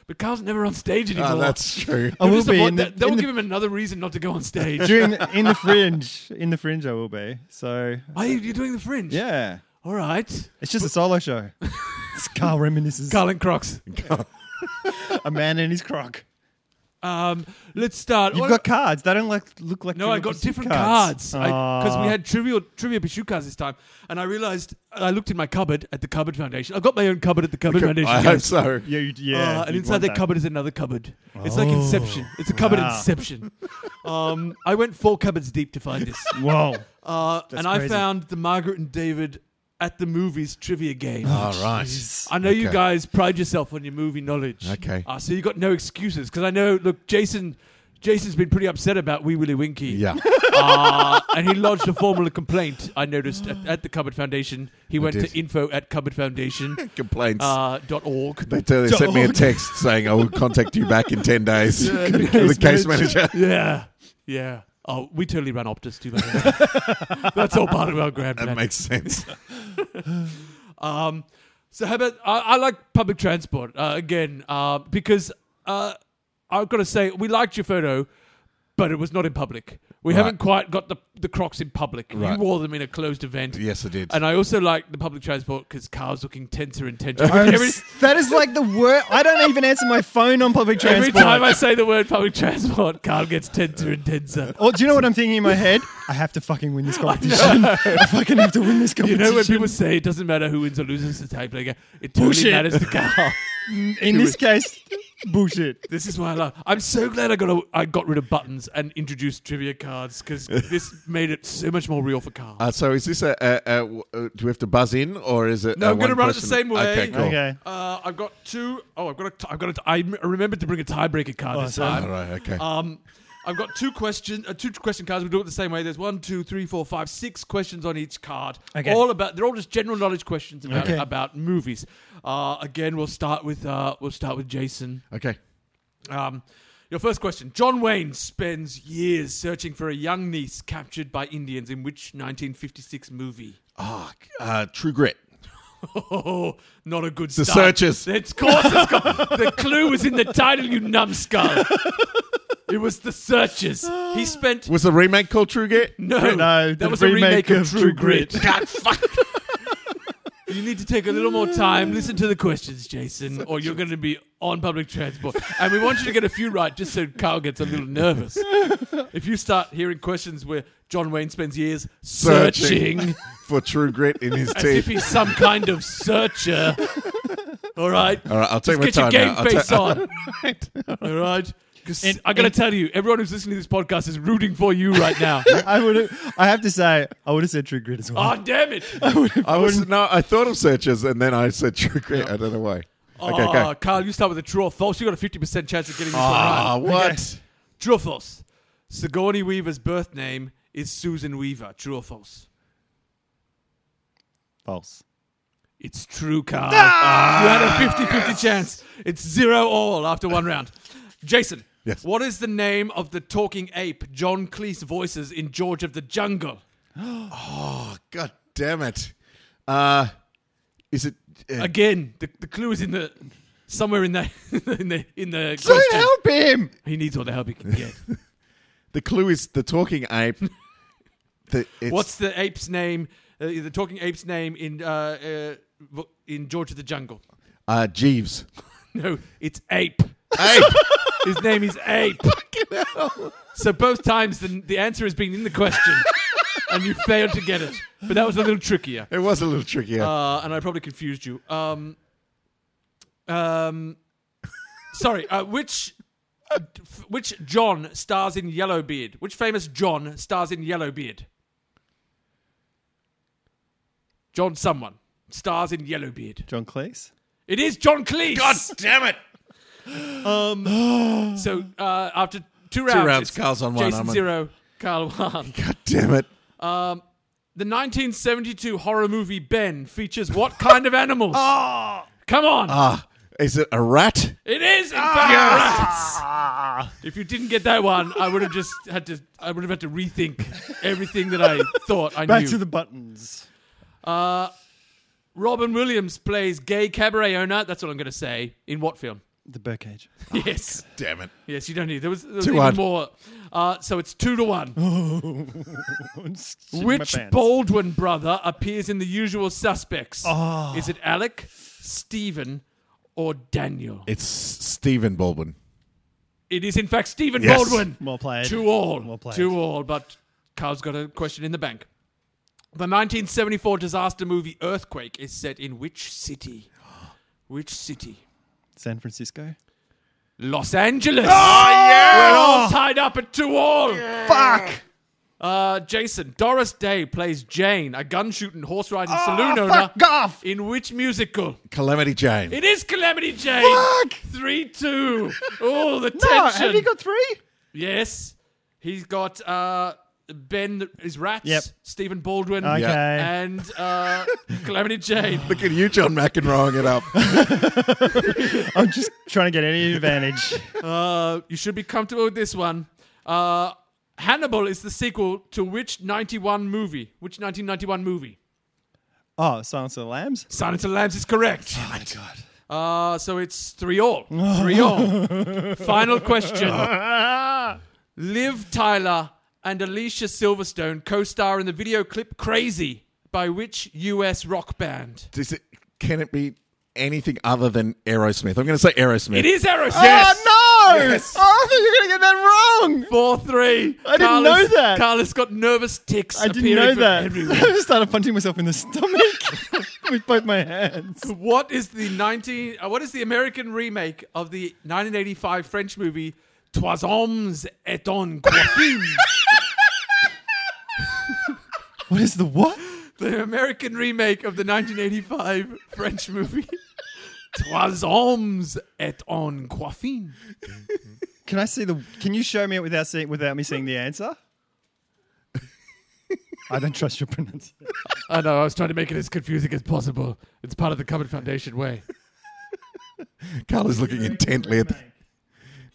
Speaker 3: But Carl's never on stage anymore.
Speaker 1: oh, that's true.
Speaker 2: Ah, I will
Speaker 3: Just
Speaker 2: be
Speaker 3: avoid
Speaker 2: in the,
Speaker 3: that. That
Speaker 2: in
Speaker 3: will
Speaker 2: the,
Speaker 3: give him another reason not to go on stage.
Speaker 2: during the, in the fringe. In the fringe, I will be. So
Speaker 3: Are you, you're doing the fringe?
Speaker 2: yeah,
Speaker 3: All right.
Speaker 2: it's just a solo show. It's Carl reminisces
Speaker 3: Carl and Crocs.
Speaker 2: a man and his croc.
Speaker 3: Um, let's start.
Speaker 2: You've
Speaker 3: What-
Speaker 2: got cards. They don't like look like Ah,
Speaker 3: no, I got different cards because we had trivial trivia pursuit cards this time, and I realized I looked in my cupboard at the Cupboard Foundation. I've got my own cupboard at the Cupboard Foundation.
Speaker 1: I hope
Speaker 3: guys.
Speaker 1: so.
Speaker 2: yeah, you,
Speaker 3: Uh,
Speaker 2: yeah.
Speaker 3: and
Speaker 2: you'd
Speaker 3: inside
Speaker 2: want
Speaker 3: that,
Speaker 2: that. Oh,
Speaker 3: cupboard is another cupboard. It's like Inception. It's a cupboard
Speaker 2: Wow.
Speaker 3: Inception. um, I went four cupboards deep to find this,
Speaker 2: Whoa.
Speaker 3: uh, and I
Speaker 2: crazy.
Speaker 3: found the Margaret and David at the movies trivia game.
Speaker 2: Oh,
Speaker 1: All right.
Speaker 3: I know you
Speaker 1: Okay.
Speaker 3: guys pride yourself on your movie knowledge.
Speaker 1: Okay.
Speaker 3: Uh, so you got no excuses because I know. Look, Jason. Jason's been pretty upset about Wee Willie Winky.
Speaker 1: Yeah.
Speaker 3: uh, and he lodged a formal complaint. I noticed at, at the Cupboard Foundation. He went
Speaker 1: did.
Speaker 3: to info at cupboardfoundation
Speaker 1: Complaints.
Speaker 3: uh, dot org.
Speaker 1: they, tell, they sent me a text saying I will contact you back in ten days. the case, manager.
Speaker 3: Yeah, yeah. Oh, we totally ran Optus too. by the way. That's all part of our grand
Speaker 1: That
Speaker 3: plan.
Speaker 1: makes sense.
Speaker 3: Um, so how about I, I like public transport uh, again uh, because uh, I've got to say we liked your photo, but it was not in public. We
Speaker 1: Right.
Speaker 3: haven't quite got the the Crocs in public. You
Speaker 1: Right.
Speaker 3: wore them in a closed event.
Speaker 1: Yes, I did.
Speaker 3: And I also like the public transport because cars looking tenser and tenser.
Speaker 2: I'm
Speaker 3: every,
Speaker 2: s- that is like the worst. I don't even answer my phone on public
Speaker 3: every
Speaker 2: transport.
Speaker 3: time I say the word public transport, Carl gets tenser and tenser.
Speaker 2: or Oh, do you know what I'm thinking in my head? I have to fucking win this competition. I, fucking have to win this
Speaker 3: You
Speaker 2: competition.
Speaker 3: know when people say it doesn't matter who wins or loses the tag player, it totally
Speaker 2: Bullshit.
Speaker 3: matters to Carl.
Speaker 2: in this case, bullshit.
Speaker 3: This is why I love. I'm so glad I got a, I got rid of buttons and introduced trivia cards because this made it so much more real for Carl.
Speaker 1: Uh, so is this a, a, a w- uh, do we have to buzz in or is it?
Speaker 3: No,
Speaker 1: a
Speaker 3: I'm gonna
Speaker 1: uh, one
Speaker 3: run it the
Speaker 1: question?
Speaker 3: same way.
Speaker 1: Okay, cool.
Speaker 2: Okay.
Speaker 3: Uh, I've got two oh I've got a. T- I've got a. T- I m- remembered to bring a tiebreaker card this
Speaker 2: Oh, sorry.
Speaker 3: time.
Speaker 1: All right. Okay.
Speaker 3: Um, I've got two question, uh, two question cards. We do it the same way. There's one, two, three, four, five, six questions on each card.
Speaker 2: Okay.
Speaker 3: All about they're all just general knowledge questions about,
Speaker 2: Okay.
Speaker 3: about movies. Uh, again, we'll start with uh, we'll start with Jason.
Speaker 1: okay.
Speaker 3: Um, your first question: John Wayne spends years searching for a young niece captured by Indians in which 1956 movie?
Speaker 1: Ah, uh, True Grit.
Speaker 3: Oh, not a good
Speaker 1: The
Speaker 3: start.
Speaker 1: Searchers.
Speaker 3: It's of course. It's got, the clue was in the title, you numbskull. it was the Searchers. He spent
Speaker 1: Was the remake
Speaker 2: uh,
Speaker 1: called True Grit?
Speaker 3: No,
Speaker 2: No,
Speaker 3: that
Speaker 2: the
Speaker 3: was a remake of, True Grit. God, fuck. You need to take a little more time, listen to the questions, Jason, or you're going to be on public transport. And we want you to get a few right just so Carl gets a little nervous. If you start hearing questions where John Wayne spends years
Speaker 1: Searching.
Speaker 3: searching,
Speaker 1: for true grit in his
Speaker 3: as if
Speaker 1: teeth.
Speaker 3: he's some kind of searcher. All right.
Speaker 1: All right, I'll take
Speaker 3: Just
Speaker 1: my time
Speaker 3: get your game
Speaker 1: now. I'll
Speaker 3: face
Speaker 1: ta-
Speaker 3: on. All right. 'Cause
Speaker 2: And-
Speaker 3: I got to
Speaker 2: and-
Speaker 3: tell you, everyone who's listening to this podcast is rooting for you right now.
Speaker 2: I would. I have to say, I would have said True Grit as well.
Speaker 3: oh, damn it.
Speaker 1: I was no, I thought of searches and then I said true grit. I don't know why. Okay,
Speaker 3: oh,
Speaker 1: okay.
Speaker 3: Carl, you start with a true or false. You got a 50% chance of getting this one right.
Speaker 1: Ah, what?
Speaker 3: True or false? Sigourney Weaver's birth name is Susan Weaver. True or false?
Speaker 2: False.
Speaker 3: It's true, Carl.
Speaker 1: Ah!
Speaker 3: you had a 50 50 chance. It's zero all after one round. Jason,
Speaker 1: Yes.
Speaker 3: what is the name of the talking ape John Cleese voices in George of the Jungle?
Speaker 1: God damn it! Uh, is it? Uh,
Speaker 3: Again, the, the clue is in the somewhere in the in the in the
Speaker 1: so
Speaker 3: question.
Speaker 1: help him.
Speaker 3: He needs all the help he can get.
Speaker 1: The clue is the talking ape. the, it's,
Speaker 3: What's the ape's name? Uh, the talking ape's name in uh, uh, vo- in George of the Jungle?
Speaker 1: uh, Jeeves?
Speaker 3: No, it's ape.
Speaker 1: Ape.
Speaker 3: His name is ape. So both times the, the answer has been in the question, and you failed to get it. But that was a little trickier,
Speaker 1: It was a little trickier.
Speaker 3: uh, and I probably confused you. Um, um, sorry. Uh, which uh, f- which John stars in Yellowbeard? Which famous John stars in Yellowbeard? John someone stars in Yellowbeard.
Speaker 2: John Cleese.
Speaker 3: It is John Cleese.
Speaker 1: damn it!
Speaker 3: So uh, after two rounds,
Speaker 1: rounds,
Speaker 3: it's
Speaker 1: Carl's on one,
Speaker 3: Jason
Speaker 1: I'm on-
Speaker 3: zero, Carl one.
Speaker 1: God damn it!
Speaker 3: The 1972 horror movie Ben features what kind of animals? oh. Come on!
Speaker 1: Ah, is it a rat?
Speaker 3: it is
Speaker 2: Ah.
Speaker 3: in fact rats. If you didn't get that one, I would have just had to. I would have had to rethink everything that I thought I
Speaker 2: Back
Speaker 3: knew.
Speaker 2: to the buttons.
Speaker 3: Robin Williams plays gay cabaret owner. That's what I'm going to say. In what film?
Speaker 2: The birdcage.
Speaker 3: yes.
Speaker 1: Damn it!
Speaker 3: Yes, you don't need. There was, there was
Speaker 1: Two
Speaker 3: even
Speaker 1: one.
Speaker 3: more. Uh, so it's two to one.
Speaker 2: Shit in Oh, my
Speaker 3: Which
Speaker 2: pants.
Speaker 3: Baldwin brother appears in the usual suspects?
Speaker 2: Ah.
Speaker 3: Is it Alec, Stephen, or Daniel?
Speaker 1: It's Stephen Baldwin.
Speaker 3: It is, in fact, Stephen
Speaker 1: Yes.
Speaker 3: Baldwin.
Speaker 2: Well played.
Speaker 3: To all.
Speaker 2: Well played.
Speaker 3: To all. But Carl's got a question in the bank. The 1974 disaster movie Earthquake is set in which city? Which city?
Speaker 2: San Francisco.
Speaker 3: Los Angeles. Oh,
Speaker 1: Ah,
Speaker 3: yeah! We're all tied up at two all.
Speaker 1: Fuck!
Speaker 3: Uh, Jason, Doris Day plays Jane, a gun shooting, horse riding saloon owner.
Speaker 1: Ah, off!
Speaker 3: In which musical?
Speaker 1: Calamity Jane.
Speaker 3: It is Calamity Jane.
Speaker 1: Fuck!
Speaker 3: Three two. Oh, the tension.
Speaker 2: No, have you got three?
Speaker 3: yes, he's got uh, Ben is rats.
Speaker 2: Yep.
Speaker 3: Stephen Baldwin.
Speaker 2: Okay.
Speaker 3: And uh, Calamity Jane.
Speaker 1: Look at you, John McEnroeing it up.
Speaker 2: I'm just trying to get any advantage.
Speaker 3: Uh, you should be comfortable with this one. Uh, Hannibal is the sequel to which 91 movie? Which 1991 movie?
Speaker 2: Oh, Silence of the Lambs.
Speaker 3: Silence of the Lambs is correct.
Speaker 2: Oh my god.
Speaker 3: Uh, so it's three all. Three all. Final question. Liv Tyler and Alicia Silverstone co star in the video clip Crazy by which US rock band?
Speaker 1: Does it, can it be anything other than Aerosmith? I'm going to say Aerosmith.
Speaker 3: It is Aerosmith.
Speaker 2: Oh no!
Speaker 1: Yes.
Speaker 2: Oh, I thought you were gonna get that wrong.
Speaker 3: 4 3.
Speaker 2: I didn't know that.
Speaker 3: Carla's got nervous ticks.
Speaker 2: I didn't
Speaker 3: appearing
Speaker 2: know
Speaker 3: from
Speaker 2: that.
Speaker 3: everywhere.
Speaker 2: I just started punching myself in the stomach with both my hands.
Speaker 3: What is the 19 uh, what is the American remake of the 1985 French movie Trois hommes et un coiffure?
Speaker 2: What is the what?
Speaker 3: the American remake of the 1985 French movie Trois hommes et un coiffin.
Speaker 2: Can I see the? Can you show me it without seeing without me seeing the answer? I don't trust your pronunciation.
Speaker 3: I know, I was trying to make it as confusing as possible. It's part of the Common Foundation way.
Speaker 1: Carl is looking intently at the.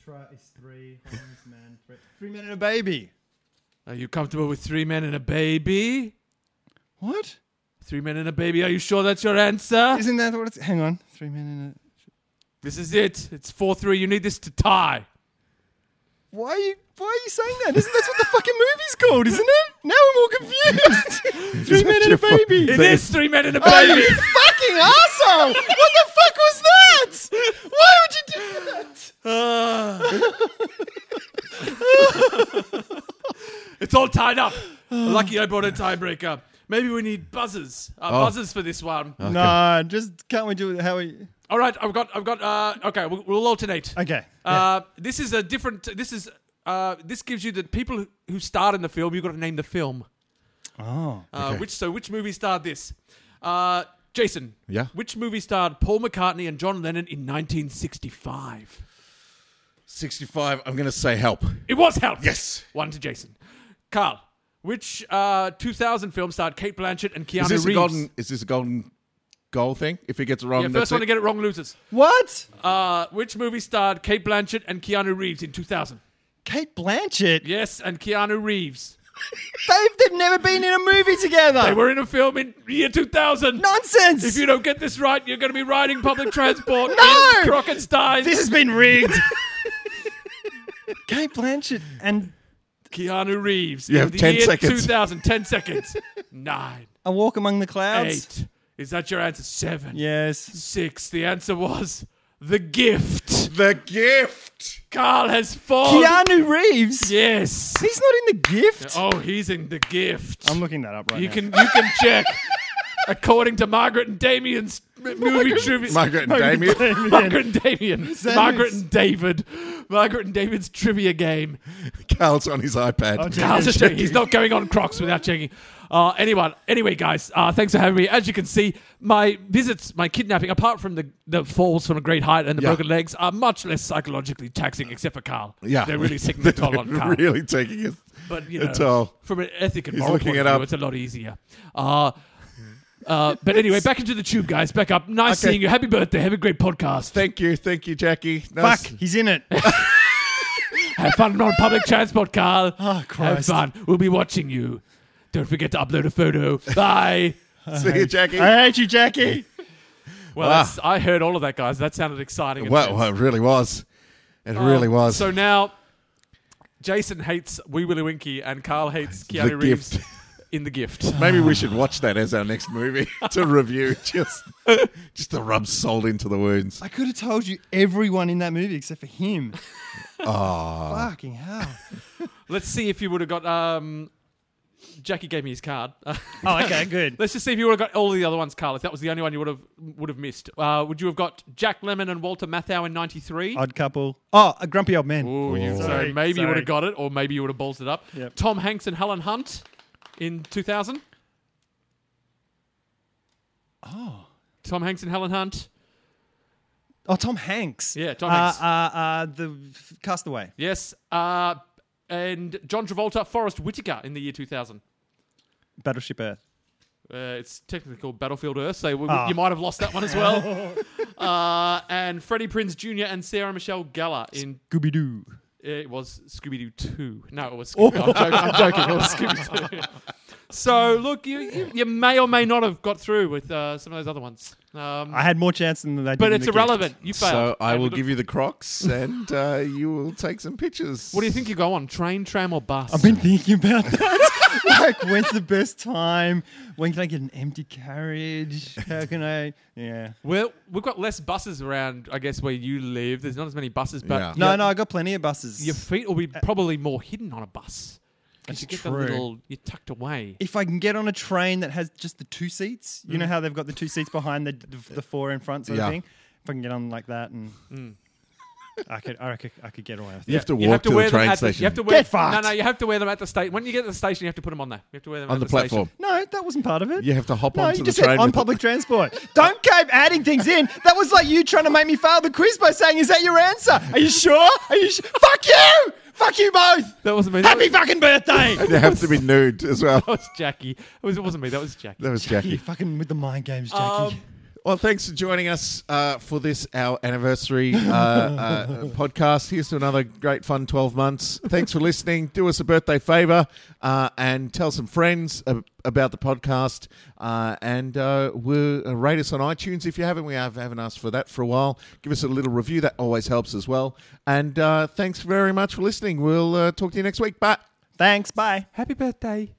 Speaker 2: Try is three, man, three, three men and a baby.
Speaker 3: Are you comfortable with three men and a baby?
Speaker 2: What?
Speaker 3: Three men and a baby, are you sure that's your answer?
Speaker 2: Isn't that what it's? Hang on, three men and a.
Speaker 3: This is it. It's 4 3. You need this to tie.
Speaker 2: Why are you? Why are you saying that? Isn't that what the fucking movie's called? Isn't it? Now I'm all confused. three
Speaker 1: that
Speaker 2: men and
Speaker 1: your
Speaker 2: a
Speaker 1: fu-
Speaker 2: baby.
Speaker 3: It is Oh, three men and a
Speaker 2: Are you
Speaker 3: baby.
Speaker 2: fucking fucking asshole! What the fuck was that? Why would you do that?
Speaker 3: It's all tied up. Lucky I brought a tiebreaker. Maybe we need buzzers. Uh, Buzzers for this one.
Speaker 2: Nah, just can't we do it how we?
Speaker 3: All right, I've got, I've got. Uh, okay, we'll, we'll alternate.
Speaker 2: Okay.
Speaker 3: Uh, This is a different. This is. Uh, this gives you the people who- who starred in the film. You've got to name the film.
Speaker 2: oh,
Speaker 3: Uh, Which so which movie starred this? Uh, Jason.
Speaker 1: Yeah.
Speaker 3: Which movie starred Paul McCartney and John Lennon in 1965?
Speaker 1: 65. I'm going to say help.
Speaker 3: It was Help.
Speaker 1: Yes.
Speaker 3: One to Jason. Carl. Which uh, 2000 film starred Kate Blanchett and Keanu
Speaker 1: Is this
Speaker 3: Reeves?
Speaker 1: a golden? Is this a golden goal thing? If he gets it wrong,
Speaker 3: yeah,
Speaker 1: that's
Speaker 3: first one to
Speaker 1: it.
Speaker 3: get it wrong loses.
Speaker 2: what?
Speaker 3: Uh, which movie starred Kate Blanchett and Keanu Reeves in 2000?
Speaker 2: Kate Blanchett?
Speaker 3: Yes, and Keanu Reeves.
Speaker 2: They've, they've never been in a movie together.
Speaker 3: They were in a film in year 2000.
Speaker 2: nonsense.
Speaker 3: If you don't get this right, you're going to be riding public transport
Speaker 2: No!
Speaker 3: in Crockett's Dines.
Speaker 2: this has been rigged. Kate Blanchett and
Speaker 3: Keanu Reeves.
Speaker 1: You
Speaker 3: in
Speaker 1: have
Speaker 3: the
Speaker 1: 10
Speaker 3: year
Speaker 1: seconds.
Speaker 3: 2000. 10 seconds. Nine.
Speaker 2: A Walk Among the Clouds.
Speaker 3: Eight. Is that your answer? Seven.
Speaker 2: Yes.
Speaker 3: Six. The answer was The Gift.
Speaker 1: the gift.
Speaker 3: Carl has fallen.
Speaker 2: Keanu Reeves.
Speaker 3: Yes.
Speaker 2: He's not in The Gift.
Speaker 3: Oh, he's in The Gift.
Speaker 2: I'm looking that up right
Speaker 3: You
Speaker 2: now.
Speaker 3: can you can check. According to Margaret and Damien's movie trivia,
Speaker 1: Margaret and Damien.
Speaker 3: Margaret and Damien,
Speaker 2: that
Speaker 3: Margaret
Speaker 2: who's-
Speaker 3: and David, Margaret and David's trivia game.
Speaker 1: Carl's on his iPad.
Speaker 2: Okay.
Speaker 3: Carl's just checking. He's not going on Crocs without checking. Uh, anyone, anyway, guys, uh, thanks for having me. As you can see, my visits, my kidnapping, apart from the, the falls from a great height and the
Speaker 1: Yeah.
Speaker 3: broken legs, are much less psychologically taxing, except for Carl.
Speaker 1: Yeah,
Speaker 3: they're really taking the toll on
Speaker 1: They're
Speaker 3: Carl.
Speaker 1: Really taking it.
Speaker 3: But you know,
Speaker 1: It's all-
Speaker 3: from an ethic and
Speaker 1: He's
Speaker 3: moral
Speaker 1: looking
Speaker 3: point
Speaker 1: it
Speaker 3: of view,
Speaker 1: up.
Speaker 3: it's a lot easier. Uh, uh, but anyway, back into the tube, guys. Back up. Nice
Speaker 1: Okay.
Speaker 3: seeing you. Happy birthday. Have a great podcast.
Speaker 1: Thank you, thank you, Jackie.
Speaker 2: Fuck,
Speaker 1: Nice-
Speaker 2: he's in it.
Speaker 3: Have fun on public transport, Carl.
Speaker 1: Ah,
Speaker 2: Oh, Christ.
Speaker 3: Have fun. We'll be watching you. Don't forget to upload a photo. Bye.
Speaker 1: See you, Jackie.
Speaker 2: I hate you, Jackie.
Speaker 3: Well,
Speaker 1: Wow.
Speaker 3: that's, I heard all of that, guys. That sounded exciting. and
Speaker 1: Ah. Well,
Speaker 3: tense.
Speaker 1: well, it really was. It really
Speaker 3: Um,
Speaker 1: was.
Speaker 3: So now, Jason hates Wee Willie Winky, and Carl hates
Speaker 1: The
Speaker 3: Keanu Reeves
Speaker 1: Gift.
Speaker 3: in The Gift.
Speaker 1: Maybe we should watch that as our next movie to review, just just to rub salt into the wounds.
Speaker 2: I could have told you everyone in that movie except for him. Oh. Fucking hell.
Speaker 3: Let's see if you would have got. Um, Jackie gave me his card.
Speaker 2: Oh, okay, good.
Speaker 3: Let's just see if you would have got all the other ones, Carl. If that was the only one you would have would have missed, uh, would you have got Jack Lemon and Walter Matthau in '93?
Speaker 2: Odd couple. Oh, a grumpy old man.
Speaker 3: Ooh, you, so
Speaker 2: Sorry,
Speaker 3: maybe you would
Speaker 2: sorry.
Speaker 3: have got it, or maybe you would have bolted it up.
Speaker 2: Yep.
Speaker 3: Tom Hanks and Helen Hunt in 2000. Oh. Tom Hanks and Helen Hunt.
Speaker 2: Oh, Tom Hanks.
Speaker 3: Yeah, Tom
Speaker 2: Uh,
Speaker 3: Hanks.
Speaker 2: Uh, uh, the f- Castaway.
Speaker 3: Yes. Uh, and John Travolta, Forrest Whitaker in the year 2000.
Speaker 2: Battleship Earth.
Speaker 3: Uh, it's technically called Battlefield Earth, so we,
Speaker 2: Ah.
Speaker 3: you might have lost that one as well. uh, and Freddie Prinze Jr. and Sarah Michelle Gellar in
Speaker 2: Gooby Doo.
Speaker 3: It was Scooby Doo 2. No, it was Scooby I'm, joking, I'm joking. It was Scooby Doo. so, look, you, you, you may or may not have got through with uh, some of those other ones. Um,
Speaker 2: I had more chance than they did.
Speaker 3: but
Speaker 2: in
Speaker 3: it's
Speaker 2: the gift.
Speaker 3: irrelevant. You failed.
Speaker 1: So I
Speaker 3: And
Speaker 1: will
Speaker 3: look-
Speaker 1: give you the Crocs, and uh, you will take some pictures.
Speaker 3: What do you think you go on? Train, tram, or bus?
Speaker 2: I've been thinking about that. like, when's the best time? When can I get an empty carriage? How can I? Yeah.
Speaker 3: well, we've got less buses around, I guess, where you live. There's not as many buses, but
Speaker 1: Yeah.
Speaker 3: your,
Speaker 2: No, no, I got plenty of buses.
Speaker 3: your feet will be probably more hidden on a bus. 'Cause
Speaker 2: That's
Speaker 3: you get
Speaker 2: true.
Speaker 3: the little, you're tucked away.
Speaker 2: if I can get on a train that has just the two seats,
Speaker 3: Mm.
Speaker 2: you know how they've got the two seats behind the the, the four in front sort
Speaker 1: Yeah.
Speaker 2: of thing. If I can get on like that, and
Speaker 3: Mm.
Speaker 2: I could, I could, I could get away with
Speaker 1: You
Speaker 2: that.
Speaker 1: have to walk
Speaker 3: You have to
Speaker 1: to
Speaker 3: wear
Speaker 1: the
Speaker 3: them
Speaker 1: train
Speaker 3: at the,
Speaker 1: station
Speaker 3: you have to wear,
Speaker 2: Get fucked.
Speaker 3: No, no, you have to wear them at the station. When you get to the station, you have to put them on there. You have to wear them
Speaker 1: on
Speaker 3: at
Speaker 1: the
Speaker 3: station.
Speaker 1: platform.
Speaker 2: No, that wasn't part of it.
Speaker 1: You have to hop
Speaker 2: no,
Speaker 1: onto the
Speaker 2: you just
Speaker 1: train
Speaker 2: said on
Speaker 1: with-
Speaker 2: public transport. Don't keep adding things in. That was like you trying to make me fail the quiz by saying, "Is that your answer? Are you sure? Are you sure? Fuck you! Fuck you both!
Speaker 3: That wasn't me. That
Speaker 2: Happy
Speaker 3: was-
Speaker 2: fucking birthday!"
Speaker 1: And you have to be nude as well.
Speaker 3: That was Jackie. It, was, it wasn't me. That was Jackie.
Speaker 1: That was
Speaker 2: you
Speaker 1: Jackie.
Speaker 2: fucking with the mind games, Jackie.
Speaker 3: Um,
Speaker 1: Well, thanks for joining us uh, for this our anniversary uh, uh, podcast. Here's to another great fun twelve months. Thanks for listening. Do us a birthday favor uh, and tell some friends ab- about the podcast. Uh, and uh, we'll uh, rate us on iTunes if you haven't. We have, haven't asked for that for a while. Give us a little review. That always helps as well. And uh, thanks very much for listening. We'll uh, talk to you next week. Bye.
Speaker 2: Thanks. Bye.
Speaker 3: Happy birthday.